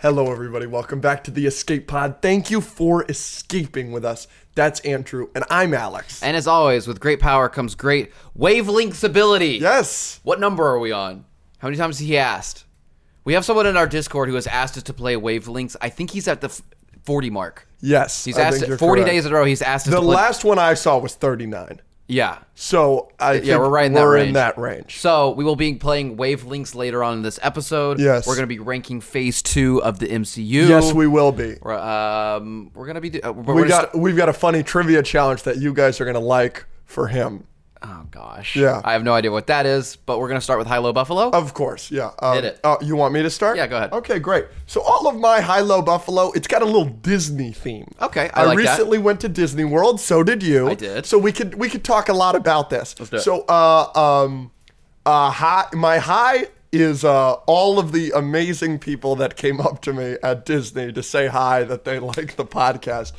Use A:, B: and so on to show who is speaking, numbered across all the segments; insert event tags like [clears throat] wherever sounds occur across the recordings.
A: Hello, everybody. Welcome back to the Escape Pod. Thank you for escaping with us. That's Andrew, and I'm Alex.
B: And as always, with great power comes great wavelengths ability.
A: Yes.
B: What number are we on? How many times has he asked? We have someone in our Discord who has asked us to play wavelengths. I think he's at the f- 40 mark.
A: Yes.
B: He's
A: I
B: asked
A: think you're
B: 40
A: correct.
B: days in a row. He's asked us
A: The
B: to play.
A: last one I saw was 39.
B: yeah.
A: So I
B: Yeah, we're right in that
A: we're
B: range.
A: in that range.
B: So we will be playing wavelengths later on in this episode.
A: Yes.
B: We're going to be ranking phase two of the MCU.
A: Yes, we will be.
B: We're, um, we're going to be. do- Uh, we're
A: We
B: gonna
A: got we've got a funny trivia challenge that you guys are gonna like for him.
B: oh, gosh.
A: Yeah.
B: I have no idea what that is, but we're going to start with High Low Buffalo.
A: Of course, yeah. Um,
B: Hit it.
A: Oh, you want me to start?
B: Yeah, go ahead.
A: Okay, great. So all of my High Low Buffalo, it's got a little Disney theme.
B: Okay, I like that.
A: recently went to Disney World. So did you? I
B: did.
A: So we could we could talk a lot about this.
B: do it.
A: So, uh, um, uh, high, my high is uh, all of the amazing people that came up to me at Disney to say hi that they [laughs] like the podcast.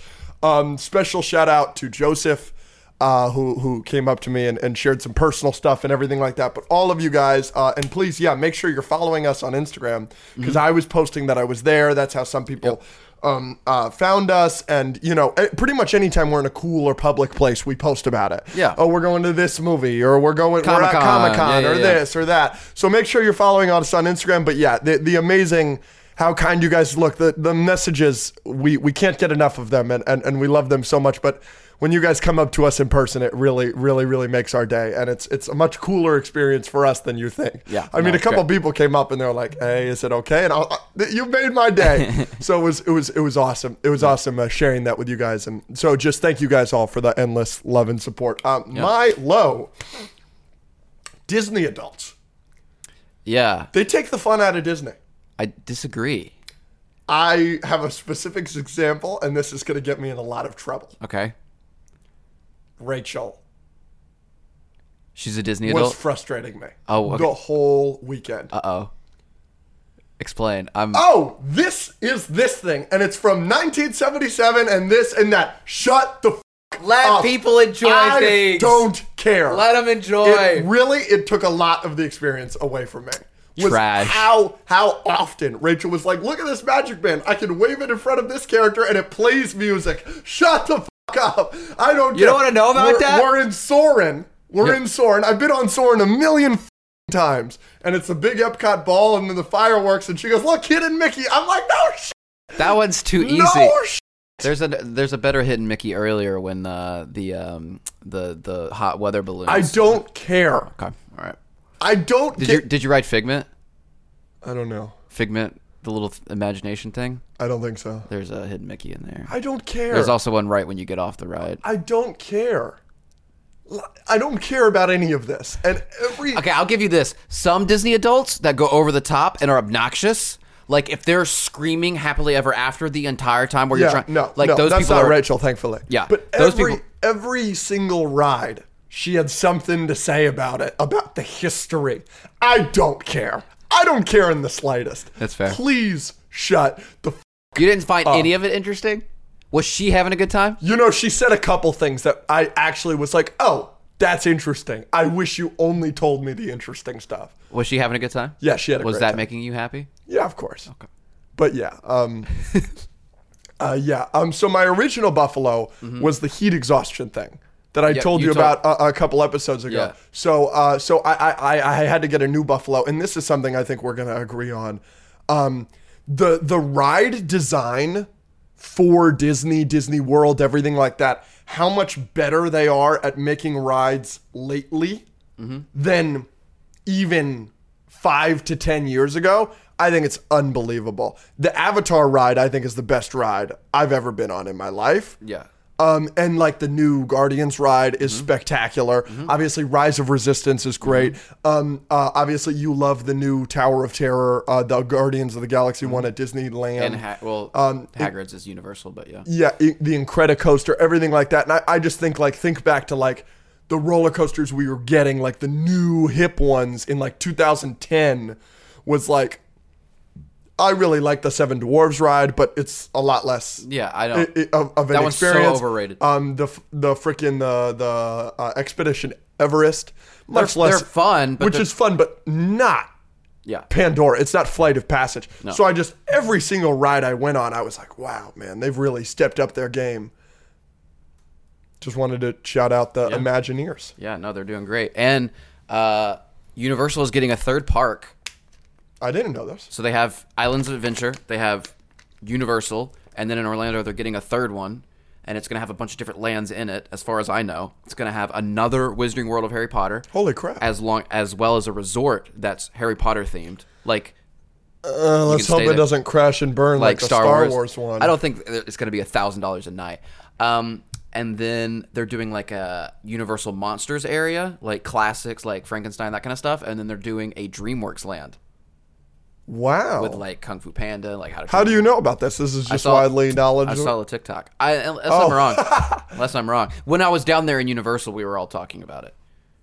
A: Um, special shout out to Joseph. Uh, who who came up to me and, and shared some personal stuff and everything like that. But all of you guys, uh, and please, yeah, make sure you're following us on Instagram
B: Mm-hmm.
A: because I was posting that I was there. That's how some people um, uh, found us. And you know, eh, pretty much anytime we're in a cool or public place, we post about it.
B: Yeah.
A: Oh, we're going to this movie, or we're going we're at
B: Comic-Con.
A: Comic Con
B: Yeah,
A: or
B: yeah, yeah.
A: this or that. So make sure you're following us on Instagram. But yeah, the, the amazing how kind you guys look. The the messages we we can't get enough of them, and, and and we love them so much. But when you guys come up to us in person, it really really really makes our day, and it's it's a much cooler experience for us than you think.
B: Yeah,
A: I mean, a
B: no,
A: couple people came up and they're like, "Hey, is it okay?" And I was, like, you made my
B: [laughs]
A: day. so it was it was it was awesome. It was awesome uh, sharing that with you guys, and so just thank you guys all for the endless love and support. Um, My low. Disney adults.
B: yeah.
A: They take the fun out of Disney.
B: I disagree.
A: I have a specific example, and this is going to get me in a lot of trouble.
B: Okay.
A: Rachel
B: She's a Disney
A: was
B: adult.
A: frustrating me
B: Oh, okay.
A: the whole weekend.
B: Uh oh. Explain. I'm.
A: oh, this is this thing, and it's from 1977, and this and that. Shut the f-
B: Let
A: up.
B: people enjoy
A: oh. I
B: things.
A: don't care.
B: Let them enjoy.
A: It really, it took a lot of the experience away from me. Was
B: Trash.
A: How how often Rachel was like, "Look at this magic band. I can wave it in front of this character, and it plays music." Shut the fuck up. I don't.
B: You don't wanna know about
A: we're,
B: that?
A: We're in Soren. We're in Soren. I've been on Soren a million f- times, and it's a big Epcot ball, and then the fireworks, and she goes, "Look, Kid and Mickey." I'm like, "No, sh-
B: that one's too easy.
A: no, sh-
B: There's a there's a better hit in Mickey earlier when uh, the um the the hot weather balloons.
A: I don't care.
B: Okay. All right.
A: I don't.
B: Did
A: ca-
B: you did you write Figment?
A: I don't know.
B: Figment, the little th- imagination thing.
A: I don't think so.
B: There's a hidden Mickey in there.
A: I don't care.
B: There's also one right when you get off the ride.
A: I don't care. L- I don't care about any of this. And every
B: Okay, I'll give you this. Some Disney adults that go over the top and are obnoxious, like if they're screaming happily ever after the entire time where
A: yeah,
B: you're trying,
A: no,
B: like
A: no,
B: those
A: that's
B: people
A: not
B: are
A: Rachel, thankfully.
B: Yeah,
A: but
B: those
A: every
B: people-
A: every single ride, she had something to say about it, about the history. I don't care. I don't care in the slightest.
B: That's fair.
A: Please shut the. F-
B: You didn't find
A: Uh.
B: any of it interesting? Was she having a good time?
A: you know, she said a couple things that I actually was like, oh. That's interesting. I wish you only told me the interesting stuff.
B: Was she having a good time?
A: Yeah, she had a
B: Was
A: great
B: that
A: time.
B: making you happy?
A: Yeah, of course. Okay. But yeah,
B: [laughs]
A: um, uh, yeah. Um, so my original Buffalo was the heat exhaustion thing that I told
B: Mm-hmm. you
A: you,
B: told-
A: about a, a couple episodes ago.
B: Yeah.
A: So, uh, so I, I, I- I had to get a new Buffalo, and this is something I think we're gonna agree on. Um, the the ride design for Disney, Disney World, everything like that. How much better they are at making rides lately than even five to ten years ago. I think it's unbelievable. The Avatar ride, I think, is the best ride I've ever been on in my life.
B: Yeah.
A: Um, and like the new Guardians ride is
B: Mm-hmm.
A: spectacular. Obviously, Rise of Resistance is great.
B: Mm-hmm.
A: Um, uh, obviously, you love the new Tower of Terror, uh, the Guardians of the Galaxy one at Disneyland.
B: Mm-hmm. And ha- well, Hagrid's is universal, but yeah.
A: Um, yeah, i- the Incredicoaster, everything like that. And I, I just think like think back to like the roller coasters we were getting, like the new hip ones in like 2010 was like I really like the Seven Dwarves ride, but it's a lot less
B: Yeah, I
A: i-
B: don't.
A: i- of, of an
B: That one's so
A: experience.
B: overrated.
A: Um, the f- the freaking the the uh, Expedition Everest, much
B: They're-
A: less
B: they're fun, but
A: which
B: they're-
A: is fun, but not
B: Yeah.
A: Pandora. It's not Flight of Passage. So I just every single ride I went on, I was like, wow, man, they've really stepped up their game. Just wanted to shout out the Imagineers.
B: Yeah, no, they're doing great. And uh, Universal is getting a third park.
A: I didn't know this.
B: So they have Islands of Adventure, they have Universal, and then in Orlando they're getting a third one, and it's going to have a bunch of different lands in it. As far as I know, it's going to have another Wizarding World of Harry Potter,
A: Holy crap!
B: as long as well as a resort that's Harry Potter themed, like
A: Uh, let's
B: can
A: hope
B: stay
A: it
B: there.
A: doesn't crash and burn like,
B: like
A: the
B: Star, Wars.
A: one.
B: I don't think th- it's going to be a thousand dollars a night. Um, and then they're doing like a Universal Monsters area, like classics, like Frankenstein, that kind of stuff. And then they're doing a DreamWorks land
A: Wow.
B: with like Kung Fu Panda, like how to.
A: How do you know about this? This is just
B: saw-
A: widely
B: I
A: knowledgeable.
B: saw the TikTok. I, unless
A: Oh.
B: I'm wrong.
A: [laughs]
B: unless I'm wrong. When I was down there in Universal, we were all talking about it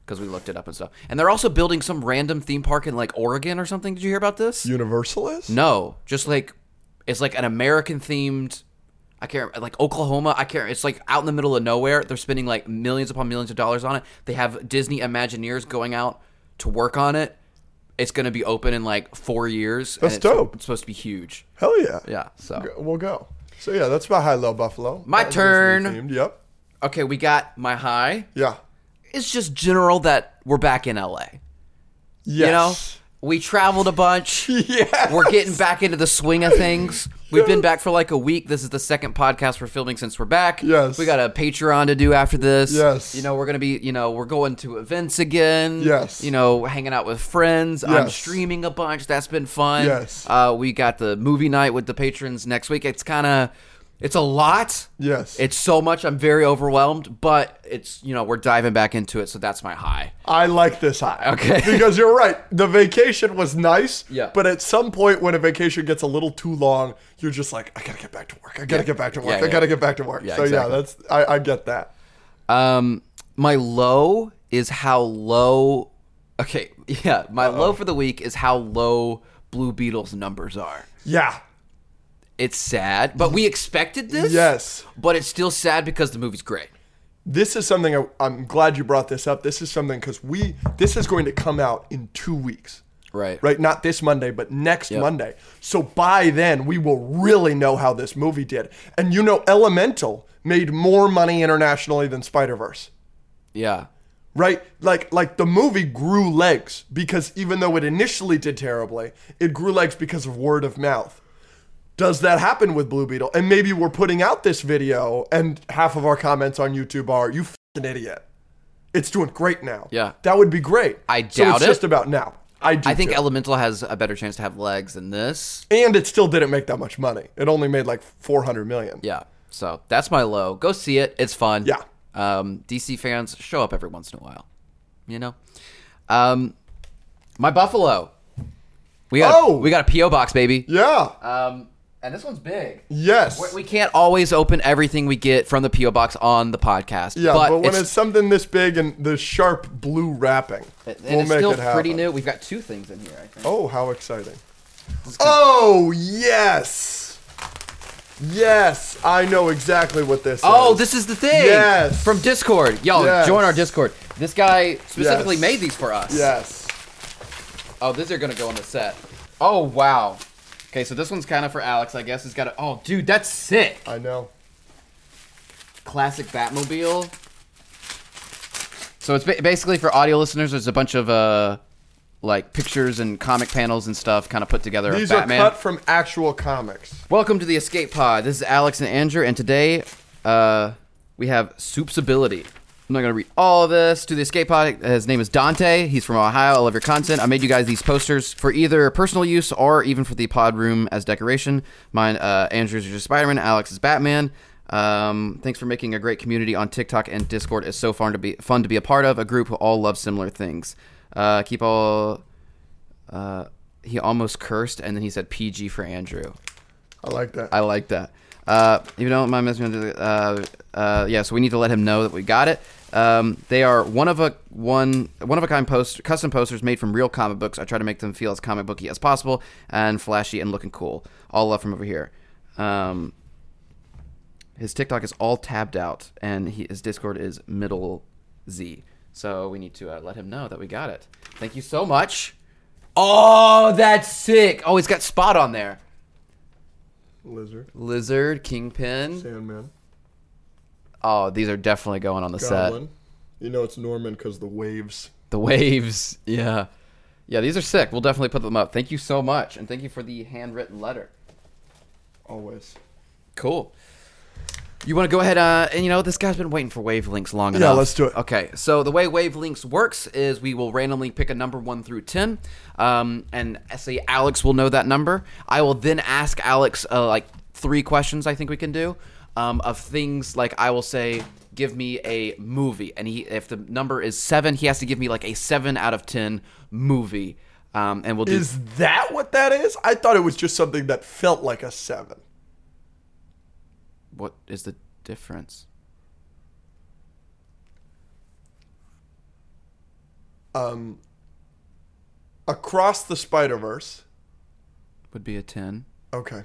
B: because we looked it up and stuff. And they're also building some random theme park in like Oregon or something. Did you hear about this?
A: Universal is?
B: No, just like it's like an American themed. I can't like Oklahoma. I can't. It's like out in the middle of nowhere. They're spending like millions upon millions of dollars on it. They have Disney Imagineers going out to work on it. It's going to be open in like four years. and
A: That's
B: it's-
A: dope.
B: It's supposed to be huge.
A: Hell yeah.
B: Yeah. So
A: Go- We'll go. So yeah, that's my high low buffalo.
B: My
A: That was
B: turn.
A: Disney-themed. Yep.
B: okay, we got my high.
A: Yeah.
B: It's just general that we're back in LA.
A: Yes.
B: You know, we traveled a
A: [laughs]
B: bunch.
A: Yes.
B: We're getting back into the swing of things. We've been back for like a week. This is the second podcast we're filming since we're back.
A: Yes.
B: We got a Patreon to do after this.
A: Yes.
B: You know, we're going to be, you know, we're going to events again.
A: Yes.
B: You know, hanging out with friends. I'm
A: Yes.
B: streaming a bunch. That's been fun.
A: Yes.
B: Uh, we got the movie night with the patrons next week. It's kind of, it's a lot.
A: Yes.
B: It's so much. I'm very overwhelmed, but it's, you know, we're diving back into it. So that's my high.
A: I like this high.
B: Okay.
A: [laughs] because you're right. The vacation was nice.
B: Yeah.
A: But at some point when a vacation gets a little too long, you're just like, I gotta get back to work. I gotta get back to work.
B: Yeah,
A: I
B: yeah.
A: gotta get back to work.
B: Yeah,
A: so
B: exactly.
A: yeah, that's I, I get that.
B: Um, my low is how low. Okay, [laughs] yeah, my low for the week is how low Blue Beetle's numbers are.
A: Yeah.
B: It's sad, but we expected this.
A: Yes.
B: but it's still sad because the movie's great.
A: this is something I, I'm glad you brought this up. This is something because we this is going to come out in two weeks,
B: Right.
A: right? Not this Monday, but next Monday. So by then we will really know how this movie did. And you know, Elemental made more money internationally than Spider Verse,
B: Yeah.
A: right? Like like the movie grew legs because even though it initially did terribly, it grew legs because of word of mouth. Does that happen with Blue Beetle? And maybe we're putting out this video, and half of our comments on YouTube are "you an idiot." It's doing great now.
B: Yeah.
A: that would be great.
B: I
A: so
B: doubt
A: it's
B: it.
A: Just about now. I do.
B: I think
A: too.
B: Elemental has a better chance to have legs than this.
A: and it still didn't make that much money. It only made like four hundred million.
B: Yeah. So that's my low. Go see it. It's fun.
A: Yeah.
B: Um, DC fans show up every once in a while. You know. Um, my Buffalo. We got.
A: Oh!
B: We got a PO box, baby.
A: Yeah.
B: Um, and this one's big.
A: yes.
B: We can't always open everything we get from the PO box on the podcast.
A: yeah, but, when it's,
B: it's,
A: something this big and the sharp blue wrapping,
B: and
A: we'll
B: it's
A: make
B: still
A: it happen.
B: pretty new. We've got two things in here. I think.
A: Oh, how exciting. Oh, yes. Yes, I know exactly what this
B: Oh,
A: is.
B: this is the thing.
A: Yes.
B: From Discord, y'all
A: Yes.
B: join our Discord. This guy specifically
A: Yes.
B: made these for us.
A: Yes.
B: Oh, these are gonna go on the set. Oh wow. Okay, so this one's kind of for Alex, I guess. It's got a. Oh, dude, that's sick.
A: I know.
B: classic Batmobile. So it's ba- basically for audio listeners. There's a bunch of uh, like pictures and comic panels and stuff, kind of put together.
A: These
B: of Batman.
A: are cut from actual comics.
B: Welcome to the Escape Pod. This is Alex and Andrew, and today uh, we have Soup's ability. I'm not gonna read all of this. To the Escape Pod, his name is Dante. He's from Ohio. I love your content. I made you guys these posters for either personal use or even for the pod room as decoration. Mine, uh, Andrew's is just Spider-Man. Alex is Batman. Um, thanks for making a great community on TikTok and Discord. It's so fun to be fun to be a part of. A group who all love similar things. Uh, keep all. Uh, he almost cursed, and then he said PG for Andrew.
A: I like that.
B: I like that. Uh, if you don't mind messing with the, uh, uh, yeah, so we need to let him know that we got it. Um, they are one of a one one of a kind post custom posters made from real comic books. I try to make them feel as comic booky as possible and flashy and looking cool. All love from over here. Um, his TikTok is all tabbed out, and he, his Discord is middle Z. So we need to uh, let him know that we got it. Thank you so much. Oh, that's sick. Oh, it's got Spot on there.
A: Lizard,
B: Lizard, Kingpin.
A: Sandman,
B: Oh, these are definitely going on the set.
A: Goblin. You know it's Norman because the waves.
B: The waves. [laughs] Yeah. Yeah, these are sick. We'll definitely put them up. Thank you so much. And thank you for the handwritten letter.
A: Always.
B: Cool. You want to go ahead uh, and you know this guy's been waiting for wavelengths long enough.
A: let's do it.
B: Okay, so the way wavelengths works is we will randomly pick a number one through ten, um, and say Alex will know that number. I will then ask Alex uh, like three questions. I think we can do um, of things like I will say, give me a movie, and he if the number is seven, he has to give me like a seven out of ten movie, um, and we'll do
A: Is that what that is? I thought it was just something that felt like a seven.
B: What is the difference?
A: Um, across the Spider Verse.
B: Would be a ten.
A: Okay,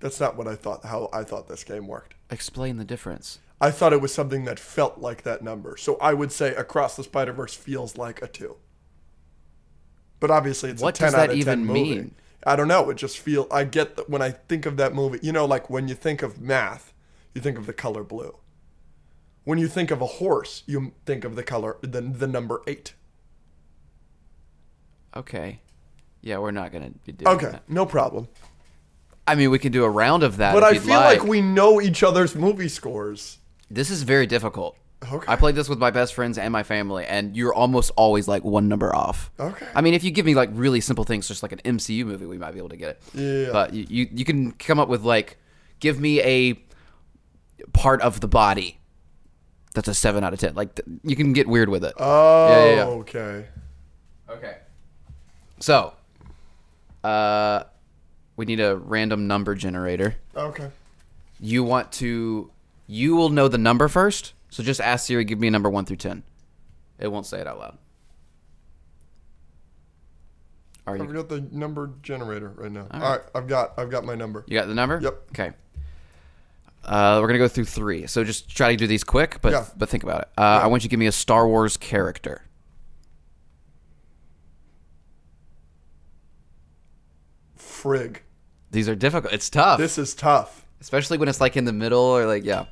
A: that's not what I thought. How I thought this game worked.
B: Explain the difference.
A: I thought it was something that felt like that number. So I would say Across the Spider Verse feels like a two. But obviously, it's
B: What
A: a ten
B: does
A: out
B: that
A: of
B: even
A: ten movie.
B: mean?
A: I don't know. It just feel. I get that when I think of that movie. You know, like when you think of math, you think of the color blue. When you think of a horse, you think of the color the the number eight.
B: Okay. Yeah, we're not gonna be doing
A: Okay,
B: that.
A: no problem.
B: I mean, we can do a round of that.
A: But
B: if
A: I
B: you'd
A: feel
B: like.
A: like we know each other's movie scores.
B: this is very difficult.
A: Okay.
B: I played this with my best friends and my family, and you're almost always like one number off.
A: Okay.
B: I mean, if you give me like really simple things, just like an MCU movie, we might be able to get it.
A: Yeah.
B: But you you, you can come up with like, give me a part of the body. That's a seven out of ten. Like th- you can get weird with it.
A: Oh,
B: Yeah, yeah, yeah.
A: okay.
B: Okay. So, uh, we need a random number generator.
A: Okay.
B: You want to, you will know the number first. So just ask Siri, give me a number one through 10. It won't say it out loud. Are
A: I've
B: you,
A: got the number generator right now. All right, I've got I've got my number.
B: you got the number?
A: Yep.
B: Okay. Uh, we're going to go through three. So just try to do these quick, but,
A: Yeah.
B: but think about it. Uh, I want you to give me a Star Wars character.
A: Frig.
B: These are difficult. It's tough.
A: This is tough.
B: especially when it's like in the middle or like yeah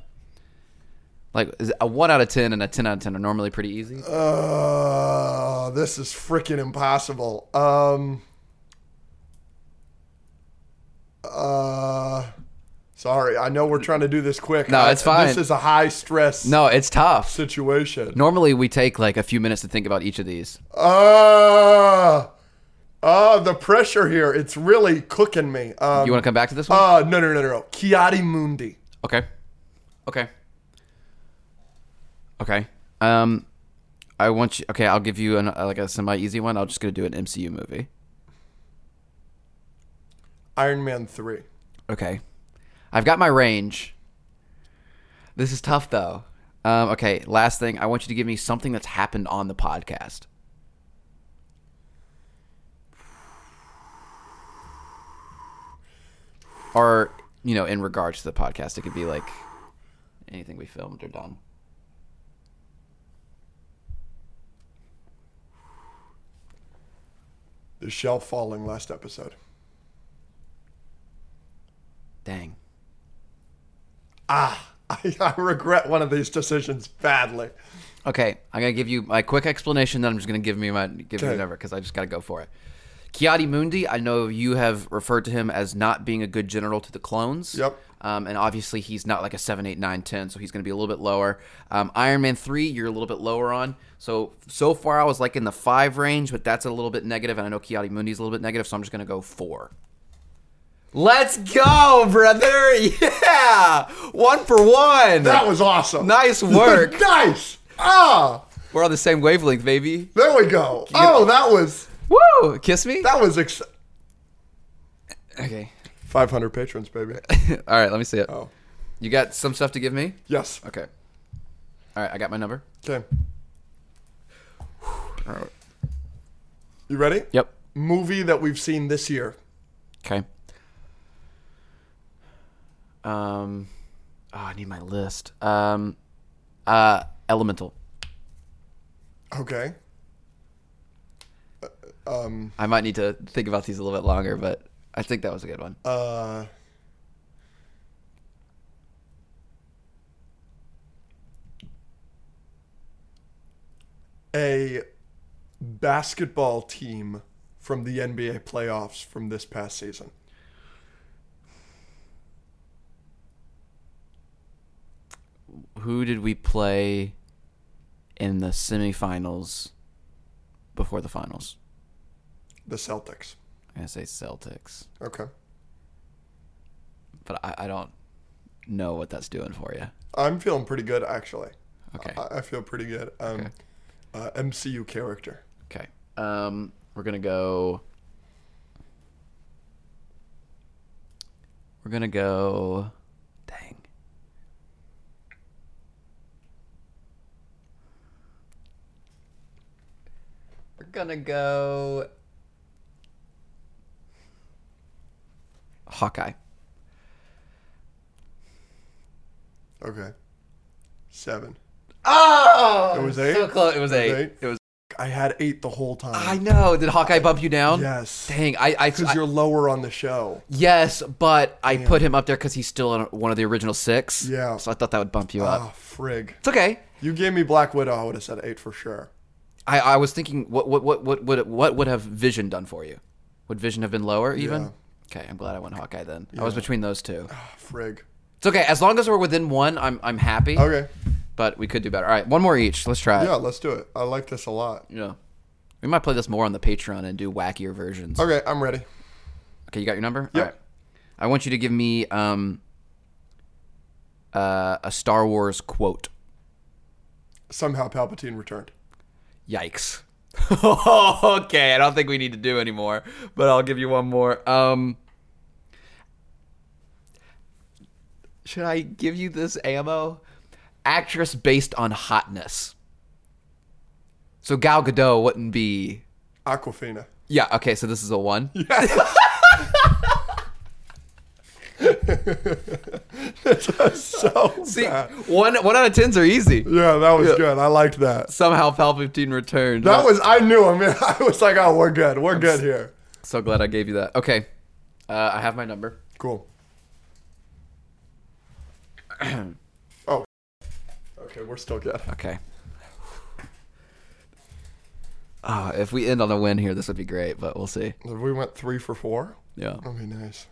B: like is a 1 out of 10 and a 10 out of 10 are normally pretty easy
A: Uh, this is freaking impossible. Um. Uh, sorry. I know we're trying to do this quick.
B: No,
A: I-
B: it's fine.
A: This is a high stress
B: no it's tough
A: situation.
B: normally we take like a few minutes to think about each of these
A: Uh, uh, the pressure here. It's really cooking me. Um,
B: you want to come back to this one
A: Uh, no, no, no, no. Chiati Mundi.
B: okay okay okay um i want you okay i'll give you an uh, like a semi easy one i'm just gonna do an mcu movie
A: Iron Man 3.
B: okay i've got my range this is tough though um, okay last thing i want you to give me something that's happened on the podcast or you know in regards to the podcast it could be like anything we filmed or done
A: The shell falling last episode.
B: dang
A: Ah, [laughs] I, I regret one of these decisions badly.
B: okay i'm gonna give you my quick explanation then i'm just gonna give me my give you
A: Okay.
B: a number because i just gotta go for it Kiadi Mundi, I know you have referred to him as not being a good general to the clones.
A: Yep.
B: Um, and obviously, he's not like a 7, 8, 9, 10, so he's going to be a little bit lower. Um, Iron Man 3, you're a little bit lower on. So, so far, I was like in the 5 range, but that's a little bit negative, And I know Kiadi Mundi's a little bit negative, so I'm just going to go 4. Let's go, brother. [laughs] Yeah. One for one.
A: That was awesome. [laughs]
B: Nice work.
A: nice. Ah,
B: We're on the same wavelength, baby.
A: there we go. Oh, that was
B: Woo! Kiss me?
A: that was ex-
B: Okay. [laughs]
A: 500 patrons, baby.
B: All right, let me see it.
A: Oh,
B: You got some stuff to give me?
A: yes.
B: Okay. All right, I got my number.
A: Okay. You ready?
B: Yep.
A: Movie that we've seen this year.
B: Okay. Um, oh, I need my list. Um, uh, Elemental.
A: Okay. Um,
B: I might need to think about these a little bit longer, but I think that was a good one.
A: uh, a basketball team from the NBA playoffs from this past season.
B: Who did we play in the semifinals before the finals?
A: The Celtics.
B: I'm gonna say Celtics,
A: Okay.
B: but I, I don't know what that's doing for you.
A: I'm feeling pretty good, actually.
B: Okay.
A: I, I feel pretty good. Um,
B: Okay.
A: uh, MCU character.
B: Okay. Um, we're gonna go. We're gonna go. Dang. We're gonna go. Hawkeye.
A: Okay. Seven.
B: Oh,
A: It was
B: So
A: eight?
B: close. It was eight.
A: eight?
B: It was.
A: I had eight the whole time.
B: I know. Did Hawkeye bump you down?
A: Yes.
B: Dang. I. I.
A: Because
B: I-
A: you're lower on the show.
B: Yes, but I put him up there because he's still in one of the original six.
A: Yeah.
B: So I thought that would bump you up.
A: Oh, frig.
B: It's okay.
A: You gave me Black Widow. I would have said eight for sure.
B: I, I was thinking, what what what what would what would have Vision done for you? Would Vision have been lower even?
A: Yeah.
B: Okay, I'm glad I went Hawkeye then. I was between those two.
A: Ah, frig.
B: It's okay as long as we're within one. I'm I'm happy.
A: Okay.
B: But we could do better. All right, one more each. Let's try.
A: Oh. Yeah,
B: It.
A: let's do it. I like this a lot.
B: Yeah. We might play this more on the Patreon and do wackier versions.
A: Okay, I'm ready.
B: Okay, you got your number?
A: Yep.
B: I want you to give me um uh, a Star Wars quote.
A: Somehow Palpatine returned.
B: Yikes. [laughs] okay, I don't think we need to do anymore, but I'll give you one more. Um Should I give you this ammo? Actress based on hotness. So Gal Gadot wouldn't be
A: Aquafina. [laughs]
B: Yeah, okay, so this is a 1.
A: so
B: [laughs] See,
A: bad.
B: 1 1 out of 10s are easy.
A: Yeah, that was good. I liked that.
B: Somehow Palpatine returned.
A: That was I knew him. man. [laughs] I was like, oh, we're good. We're good here.
B: so glad I gave you that. Okay. Uh, I have my number.
A: Cool.
B: [clears throat]
A: oh. Okay, we're still good.
B: Okay. Ah, if we end on a win here, this would be great, but we'll see.
A: We went three for four.
B: Yeah.
A: That'd be nice.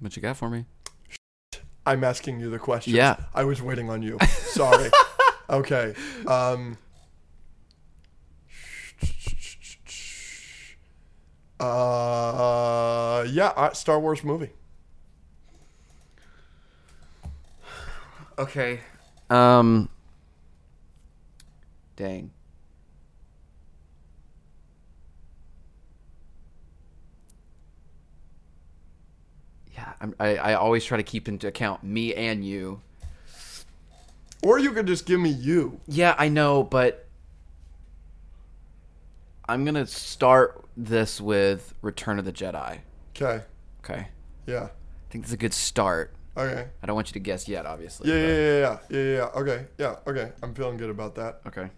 B: What you got for me?
A: I'm asking you the question.
B: Yeah.
A: I was waiting on you. Sorry. okay. Um, uh, yeah, uh, Star Wars movie.
B: Okay. Um. Dang. Yeah, I'm, I I always try to keep into account me and you.
A: Or you could just give me you.
B: Yeah, I know, but I'm gonna start this with Return of the Jedi.
A: Okay.
B: Okay.
A: Yeah.
B: I think that's a good start.
A: Okay.
B: I don't want you to guess yet, obviously.
A: Yeah, yeah, yeah, yeah, yeah, yeah, yeah. Okay, yeah, okay. I'm feeling good about that.
B: Okay.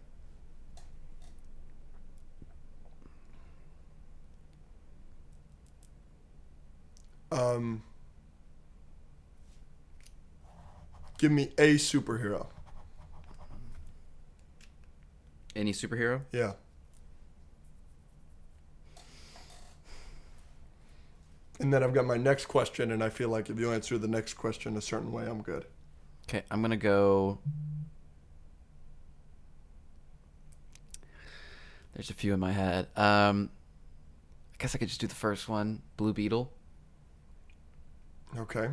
A: Um, give me a superhero.
B: Any superhero?
A: Yeah. And then I've got my next question, and I feel like if you answer the next question a certain way, I'm good.
B: Okay, I'm gonna go. There's a few in my head. Um, I guess I could just do the first one. Blue Beetle.
A: Okay.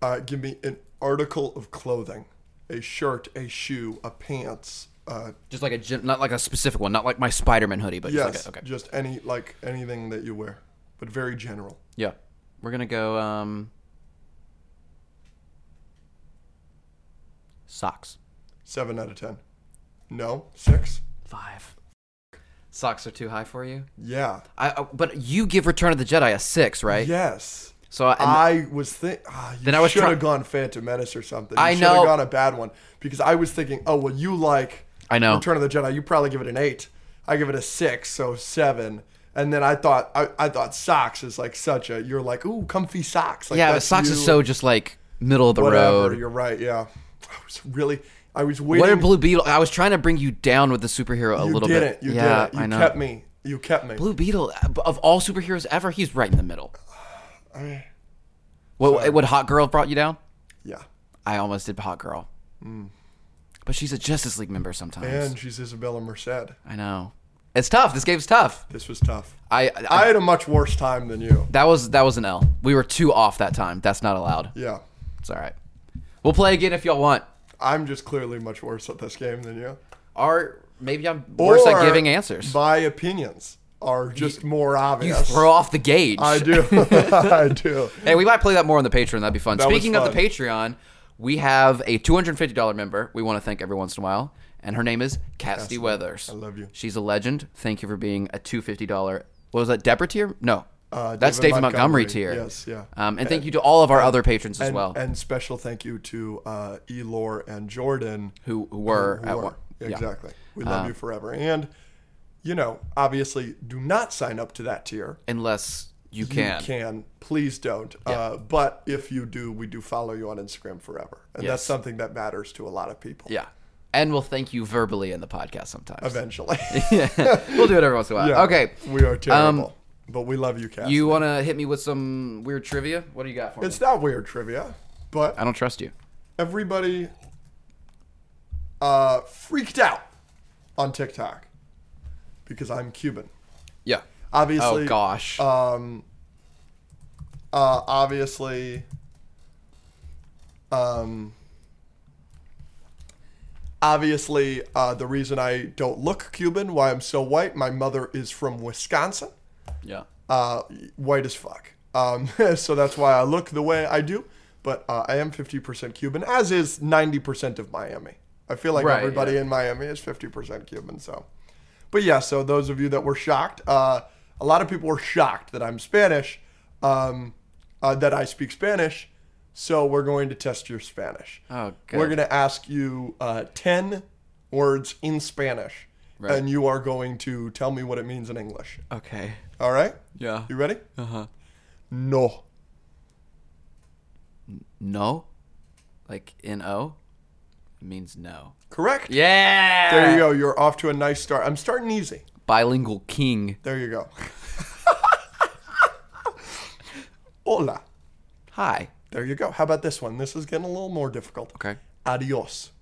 A: Uh, give me an article of clothing a shirt, a shoe, a pants. Uh,
B: Just like a gen- not like a specific one, not like my Spider-Man hoodie, but
A: yes,
B: just like a, okay.
A: just any like anything that you wear, but very general.
B: Yeah, we're gonna go. Um, socks.
A: Seven out of ten. No, six.
B: Five. Socks are too high for you.
A: Yeah.
B: uh, I, I but you give Return of the Jedi a six, right?
A: Yes.
B: So and
A: I was thinking, you
B: Then I was
A: should
B: try-
A: have gone Phantom Menace or something. You
B: I
A: should have
B: know.
A: gone a bad one because I was thinking, oh well, you like
B: I know.
A: Return of the Jedi. You probably give it an eight. I give it a six, so seven. And then I thought, I, I thought socks is like such a you're like ooh comfy socks. Like,
B: yeah, but
A: that's
B: socks
A: you,
B: is so just like middle of the
A: whatever.
B: road.
A: You're right. Yeah, I was really I was waiting.
B: What are Blue Beetle? I was trying to bring you down with the superhero a
A: you
B: little
A: didn't.
B: bit.
A: You
B: yeah,
A: didn't. You
B: I know.
A: kept me. You kept me.
B: Blue Beetle uh, of all superheroes ever, he's right in the middle.
A: [sighs]
B: What what Hot Girl brought you down?
A: Yeah.
B: I almost did Hot Girl.
A: Hmm.
B: But she's a Justice League member sometimes.
A: And she's Isabella Merced.
B: I know. It's tough. This game's tough.
A: This was tough.
B: I, I
A: I had a much worse time than you.
B: that was that was an L. We were two off that time. That's not allowed.
A: Yeah.
B: It's all right. We'll play again if y'all want.
A: I'm just clearly much worse at this game than you.
B: Or maybe I'm worse
A: Or
B: at giving answers.
A: My opinions are just more
B: you
A: obvious.
B: throw off the gauge.
A: I do. [laughs] I do.
B: [laughs] Hey, we might play that more on the Patreon. That'd be fun.
A: was
B: Speaking of the
A: fun.
B: Patreon, we have a $250 member we want to thank every once in a while, and her name is Cassidy Weathers. I
A: love you.
B: She's a legend. Thank you for being a $250. What was that, Depper tier? No.
A: Uh,
B: That's
A: David
B: David Montgomery,
A: Montgomery.
B: tier.
A: Yes, yeah.
B: Um, and, thank you to all of our other patrons as
A: And,
B: well,
A: and special thank you to uh, Elor and Jordan.
B: who, who were
A: who
B: at
A: are-
B: one. yeah. Uh,
A: Exactly. We love you forever. And, you know, obviously do not sign up to that tier.
B: Unless
A: You
B: you can.
A: can. Please don't. Uh, but if you do, we do follow you on Instagram forever. And that's
B: Yes.
A: something that matters to a lot of people.
B: Yeah. And we'll thank you verbally in the podcast sometimes.
A: Eventually.
B: [laughs] yeah. We'll do it every once in a while.
A: Yeah.
B: Uh, Okay. Um,
A: We are terrible. but we love you, Cass.
B: You want to hit me with some weird trivia? What do you got for me?
A: It's not weird trivia, but
B: I don't trust you.
A: everybody uh, freaked out on TikTok because I'm Cuban.
B: Yeah.
A: Obviously,
B: oh gosh.
A: um, uh, obviously, um, obviously, uh, the reason I don't look Cuban, why I'm so white, my mother is from Wisconsin.
B: yeah.
A: uh, white as fuck. Um, [laughs] so that's why I look the way I do. But uh, I am 50% Cuban, as is 90% of Miami. I feel like
B: Right,
A: everybody
B: yeah.
A: in Miami is 50% Cuban. So, but yeah. So those of you that were shocked, uh, a lot of people were shocked that I'm Spanish, um, uh, that I speak Spanish. So we're going to test your Spanish.
B: Oh, good.
A: We're going to ask you uh, 10 words in Spanish,
B: Right.
A: and you are going to tell me what it means in English.
B: Okay.
A: All right.
B: Yeah.
A: You ready? Uh
B: Uh-huh.
A: huh. No.
B: No. Like N O means no.
A: Correct.
B: Yeah.
A: There you go. You're off to a nice start. I'm starting easy.
B: Bilingual king.
A: There you go. [laughs] Hola.
B: Hi.
A: There you go. How about this one? This is getting a little more difficult.
B: Okay.
A: Adios.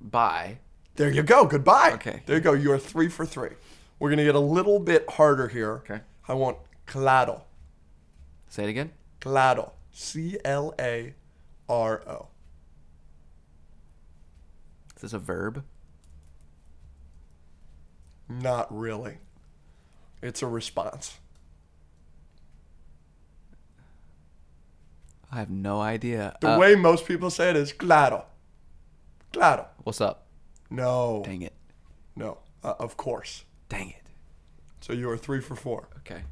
B: Bye.
A: There you go. Goodbye.
B: Okay.
A: There you go. You are three for three. We're gonna get a little bit harder here.
B: Okay.
A: I want claro.
B: Say it again.
A: Claro. C L A R O.
B: Is this a verb?
A: Not really. It's a response.
B: I have no idea.
A: The
B: Uh,
A: way most people say it is claro. Claro.
B: what's up?
A: No.
B: Dang it.
A: No. Uh, of course.
B: Dang it.
A: So you are three for four.
B: Okay.